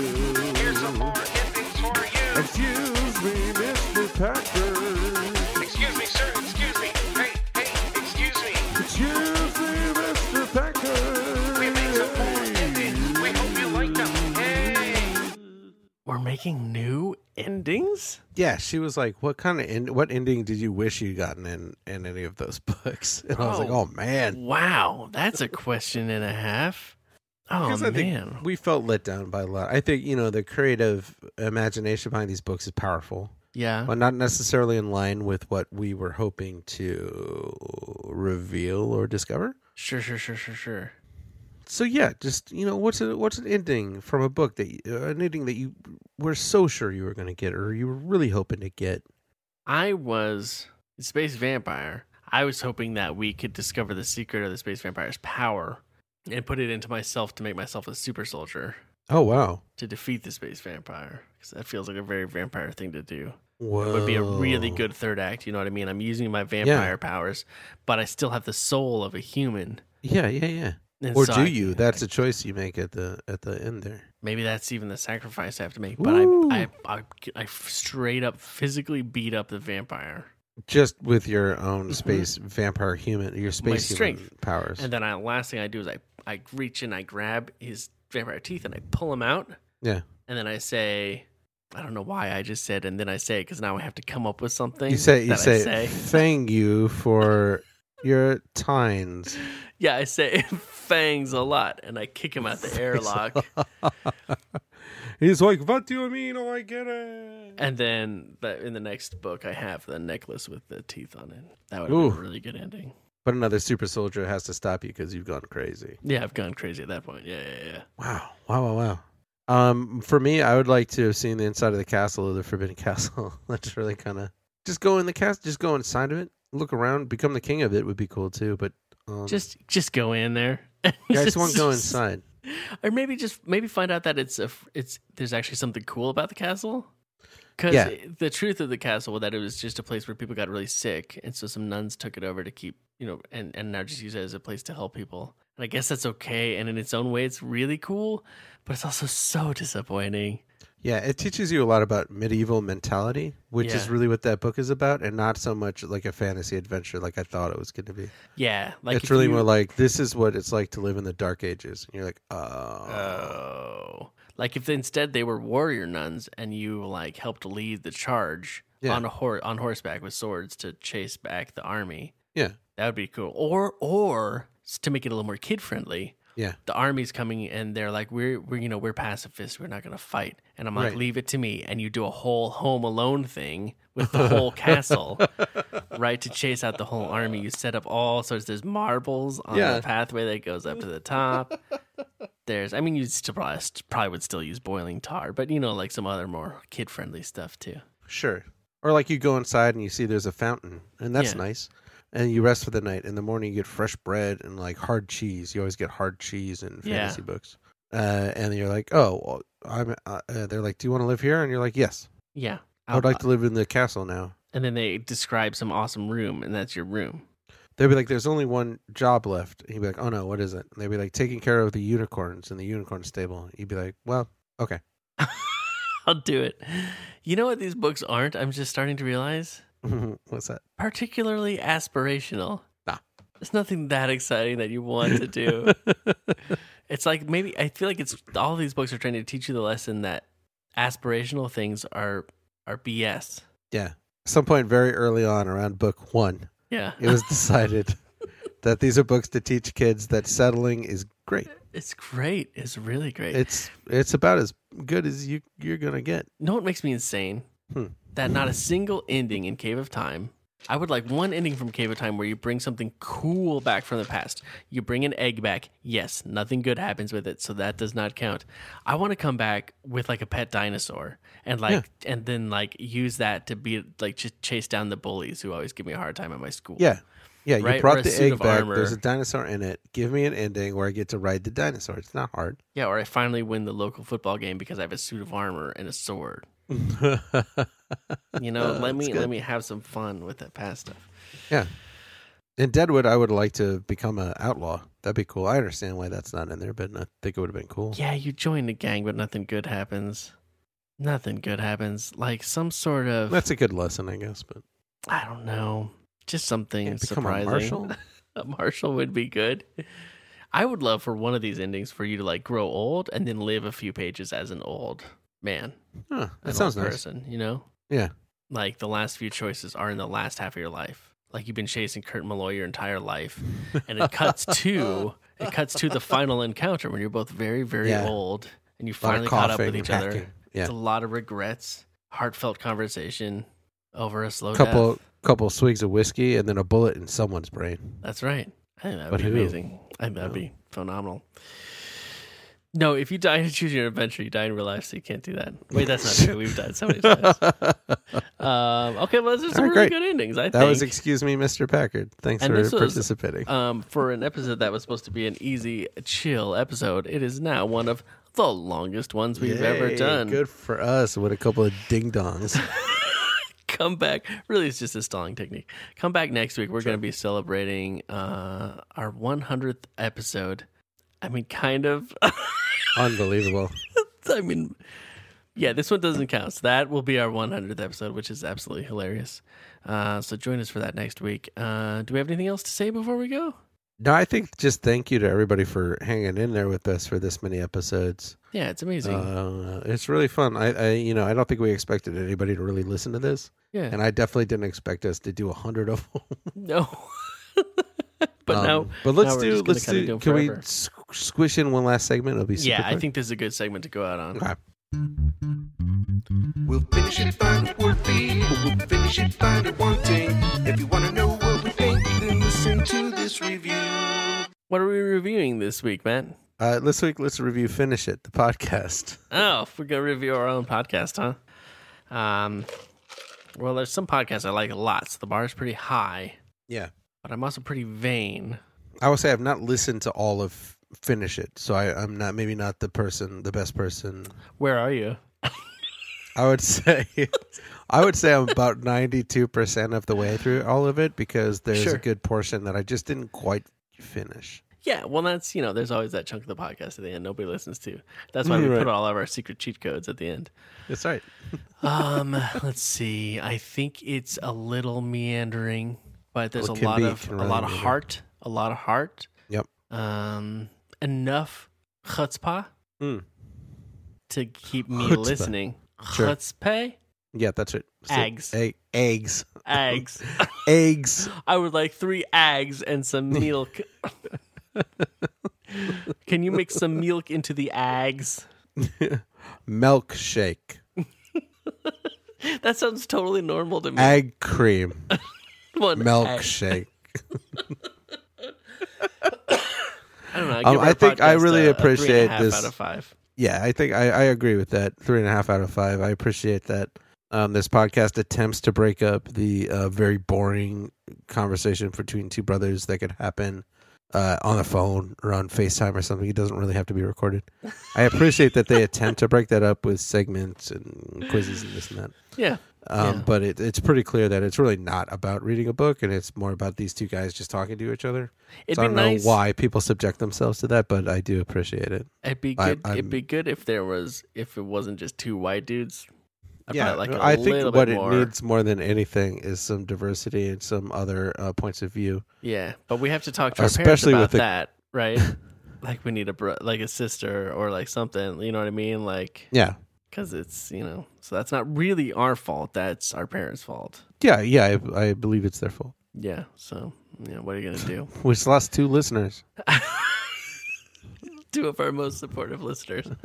Here's some more endings for you. Excuse me, Mr. Packer. Excuse me, sir. Excuse me. Hey, hey, excuse me. Excuse me, Mr. Packer. We made some more endings. We hope you like them. Hey. We're making new endings? Yeah, she was like, "What kind of end, what ending did you wish you'd gotten in in any of those books?" And I was like, Oh. "Oh man." Wow, that's a question and a half. Oh, Because I man. think we felt let down by a lot. I think you know the creative imagination behind these books is powerful, yeah. but not necessarily in line with what we were hoping to reveal or discover. Sure, sure, sure, sure, sure. so yeah, just you know, what's a what's an ending from a book that you, uh, an ending that you were so sure you were going to get, or you were really hoping to get? I was Space Vampire. I was hoping that we could discover the secret of the Space Vampire's power and put it into myself to make myself a super soldier Oh wow, to defeat the Space Vampire. Because that feels like a very vampire thing to do. It would be a really Whoa. good third act. You know what I mean? I'm using my vampire powers, but I still have the soul of a human. Yeah, yeah, yeah. And or so do I- you? That's a choice you make at the at the end there. maybe that's even the sacrifice I have to make. But I, Ooh. I, I, I straight up physically beat up the vampire, Just with your own space vampire human, your space human Mm-hmm. strength. powers. and then I last thing I do is I, I reach and I grab his vampire teeth and I pull him out, yeah, and then I say, I don't know why I just said, and then I say because now I have to come up with something. you say that you I say, thank you for your tines. yeah, I say fangs a lot, and I kick him out the airlock, He's like, what do you mean? Oh, I get it. and then that in the next book I have the necklace with the teeth on it. That would Ooh. be a really good ending. But another super soldier has to stop you because you've gone crazy. Yeah, I've gone crazy at that point. Yeah, yeah, yeah. Wow. Wow, wow, wow. Um, for me, I would like to have seen the inside of the castle of the Forbidden Castle. That's really kind of just go in the cast, just go inside of it, look around, become the king of it would be cool too. But um, just just go in there. yeah, I just want to go inside. or maybe just maybe find out that it's a f- it's there's actually something cool about the castle. Because Yeah. the truth of the castle was that it was just a place where people got really sick, and so some nuns took it over to keep you know, and and now just use it as a place to help people. And I guess that's okay, and in its own way, it's really cool, but it's also so disappointing. Yeah, it teaches you a lot about medieval mentality, which is Yeah. really what that book is about, and not so much like a fantasy adventure like I thought it was going to be. Yeah, like it's if really you- more like this is what it's like to live in the Dark Ages, and you're like, oh, Uh, Oh. Like if instead they were warrior nuns and you like helped lead the charge Yeah. on a hor- on horseback with swords to chase back the army. yeah, That would be cool. Or or s- to make it a little more kid friendly, yeah, the army's coming and they're like we're we're you know we're pacifists, we're not going to fight. And I'm like Right. leave it to me and you do a whole home alone thing with the whole castle. Right to chase out the whole army. You set up all sorts there's marbles on Yeah. the pathway that goes up to the top. There's, I mean, you still probably, probably would still use boiling tar, but you know, like some other more kid friendly stuff too. sure. Or like you go inside and you see there's a fountain, and that's Yeah. nice. And you rest for the night. In the morning, you get fresh bread and like hard cheese. You always get hard cheese in Yeah. fantasy books. Uh, and you're like, oh, well, I'm. Uh, uh, they're like, do you want to live here? And you're like, yes, Yeah. uh. I would like to live in the castle now. And then they describe some awesome room, and that's your room. They'd be like, "There's only one job left." And he'd be like, "Oh no, what is it?" And they'd be like, "Taking care of the unicorns in the unicorn stable." He'd be like, "Well, okay." I'll do it. You know what these books aren't? I'm just starting to realize What's that? particularly aspirational. Nah. There's nothing that exciting that you want to do. it's like maybe I feel like it's all these books are trying to teach you the lesson that aspirational things are are BS. yeah. Some point very early on, around book one, Yeah. it was decided that these are books to teach kids that settling is great. It's great. It's really great. It's it's about as good as you you're gonna get. no, it makes me insane Hmm. that not a single ending in Cave of Time. I would like one ending from Cave of Time where you bring something cool back from the past. You bring an egg back. Yes, nothing good happens with it, so that does not count. I want to come back with like a pet dinosaur and like and then like use that to be like just chase down the bullies who always give me a hard time at my school. Yeah. Yeah, you Right, or a brought the suit egg of back. armor. There's a dinosaur in it. Give me an ending where I get to ride the dinosaur. It's not hard. Yeah, or I finally win the local football game because I have a suit of armor and a sword. You know, let me let me have some fun with that past stuff. yeah. In Deadwood, I would like to become an outlaw. That'd be cool. I understand why that's not in there, but I think it would have been cool. Yeah, you join the gang, but nothing good happens. Nothing good happens. Like some sort of That's a good lesson, I guess. But I don't know, just something Yeah, become a surprising. marshal? a marshal would be good. I would love for one of these endings for you to like grow old and then live a few pages as an old man. huh, an that sounds old nice. person, you know? Yeah. Like the last few choices are in the last half of your life. Like you've been chasing Kurt Malloy your entire life. And it cuts to it cuts to the final encounter when you're both very, very Yeah. old and you A lot of finally caught up coughing with and each other. hacking. Yeah. It's a lot of regrets, heartfelt conversation over a slow couple death. couple swigs of whiskey and then a bullet in someone's brain. That's right. I think that But would be who? Oh. amazing. I think that'd be phenomenal. No, if you die to choose your adventure, you die in real life, so you can't do that. Wait, that's not true. We've died so many times. Um, okay, well, those are some All right, really great. good endings. I That was think. excuse me, Mr. Packard. Thanks And for this was- participating. um, for an episode that was supposed to be an easy, chill episode, it is now one of the longest ones we've ever Yay, done. Good for us. What a couple of ding dongs. Come back. Really, it's just a stalling technique. Come back next week. We're going to be celebrating uh, our 100th episode. I mean, kind of. Unbelievable. I mean, yeah, this one doesn't count. So that will be our 100th episode, which is absolutely hilarious. Uh, so join us for that next week. Uh, do we have anything else to say before we go? No, I think just thank you to everybody for hanging in there with us for this many episodes. Yeah, it's amazing. Uh, it's really fun. I, I, you know, I don't think we expected anybody to really listen to this, yeah. and I definitely didn't expect us to do a hundred of them. No. but Um, no. but let's now we're do, just gonna let's kinda do do. 'em Can we forever. squ- squish in one last segment? It'll be super Yeah, I quick. think this is a good segment to go out on. Okay. We'll finish it, find it worthy. We'll finish it, find it wanting. If you want to know what we think, then listen to this review. What are we reviewing this week, man? Uh, this week, let's review "Finish It," the podcast. Oh, we're gonna review our own podcast, huh? Um, well, there's some podcasts I like a lot, so the bar is pretty high, Yeah, but I'm also pretty vain. I will say I've not listened to all of "Finish It," so I, I'm not maybe not the person, the best person Where are you? I would say I would say I'm about 92% of the way through all of it because there's Sure. a good portion that I just didn't quite finish. Yeah, well, that's you know, there's always that chunk of the podcast at the end nobody listens to. That's why we Right. put all of our secret cheat codes at the end. That's right. Um, let's see. I think it's a little meandering, but there's Well, it a can lot be, of can a really lot of meander. heart, a lot of heart. Yep. Um, enough chutzpah Mm. to keep me Chutzpah. listening. Sure. Chutzpah, Yeah, that's right. Eggs. Egg, eggs. eggs. Eggs. I would like three eggs and some milk. Can you mix some milk into the eggs? Milkshake. That sounds totally normal to me. Egg cream. One egg. Milkshake. I don't know. Um, give our I think I podcast really a- a three and a appreciate half this- Out of five. Yeah, I think I, I agree with that. Three and a half out of five. I appreciate that. Um, this podcast attempts to break up the uh, very boring conversation between two brothers that could happen uh, on the phone or on FaceTime or something. It doesn't really have to be recorded. I appreciate that they attempt to break that up with segments and quizzes and this and that. Yeah, Um, Yeah. But it, it's pretty clear that it's really not about reading a book, and it's more about these two guys just talking to each other. It'd So I be don't nice. know why people subject themselves to that, but I do appreciate it. It'd be I- good. it'd I'm- be good if there was if it wasn't just two white dudes. I'd yeah, I probably like a little think what bit it more. needs more than anything is some diversity and some other uh, points of view. Yeah, but we have to talk to our parents Especially about with the- that, right? like we need a bro- like a sister or like something. You know what I mean? Like Yeah, because it's you know so that's not really our fault. That's our parents' fault. yeah, yeah. I, I believe it's their fault. Yeah. So yeah, what are you gonna do? We just lost two listeners. Two of our most supportive listeners.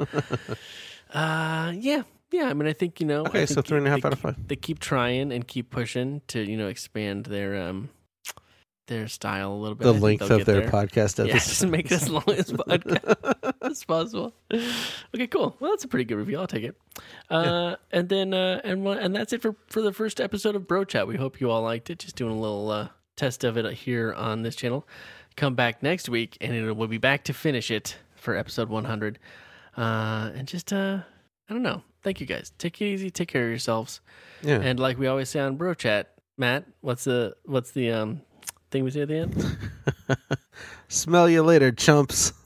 uh, yeah, yeah. I mean, I think you know. I Okay, so think three and a half they out of five. they keep trying and keep pushing to you know expand their um their style a little bit. The I think length they'll of get their there. podcast Yeah, just episode. make it as long as, podca- as possible. Okay, cool. Well, that's a pretty good review. I'll take it. Uh, And then uh, and one, and that's it for for the first episode of Bro Chat. We hope you all liked it. Just doing a little uh, test of it here on this channel. Come back next week, and it will be back to finish it for episode 100. Uh, and just uh, I don't know. Thank you guys. Take it easy. Take care of yourselves. Yeah. And like we always say on Bro Chat, Matt, what's the what's the um thing we say at the end? Smell you later, chumps.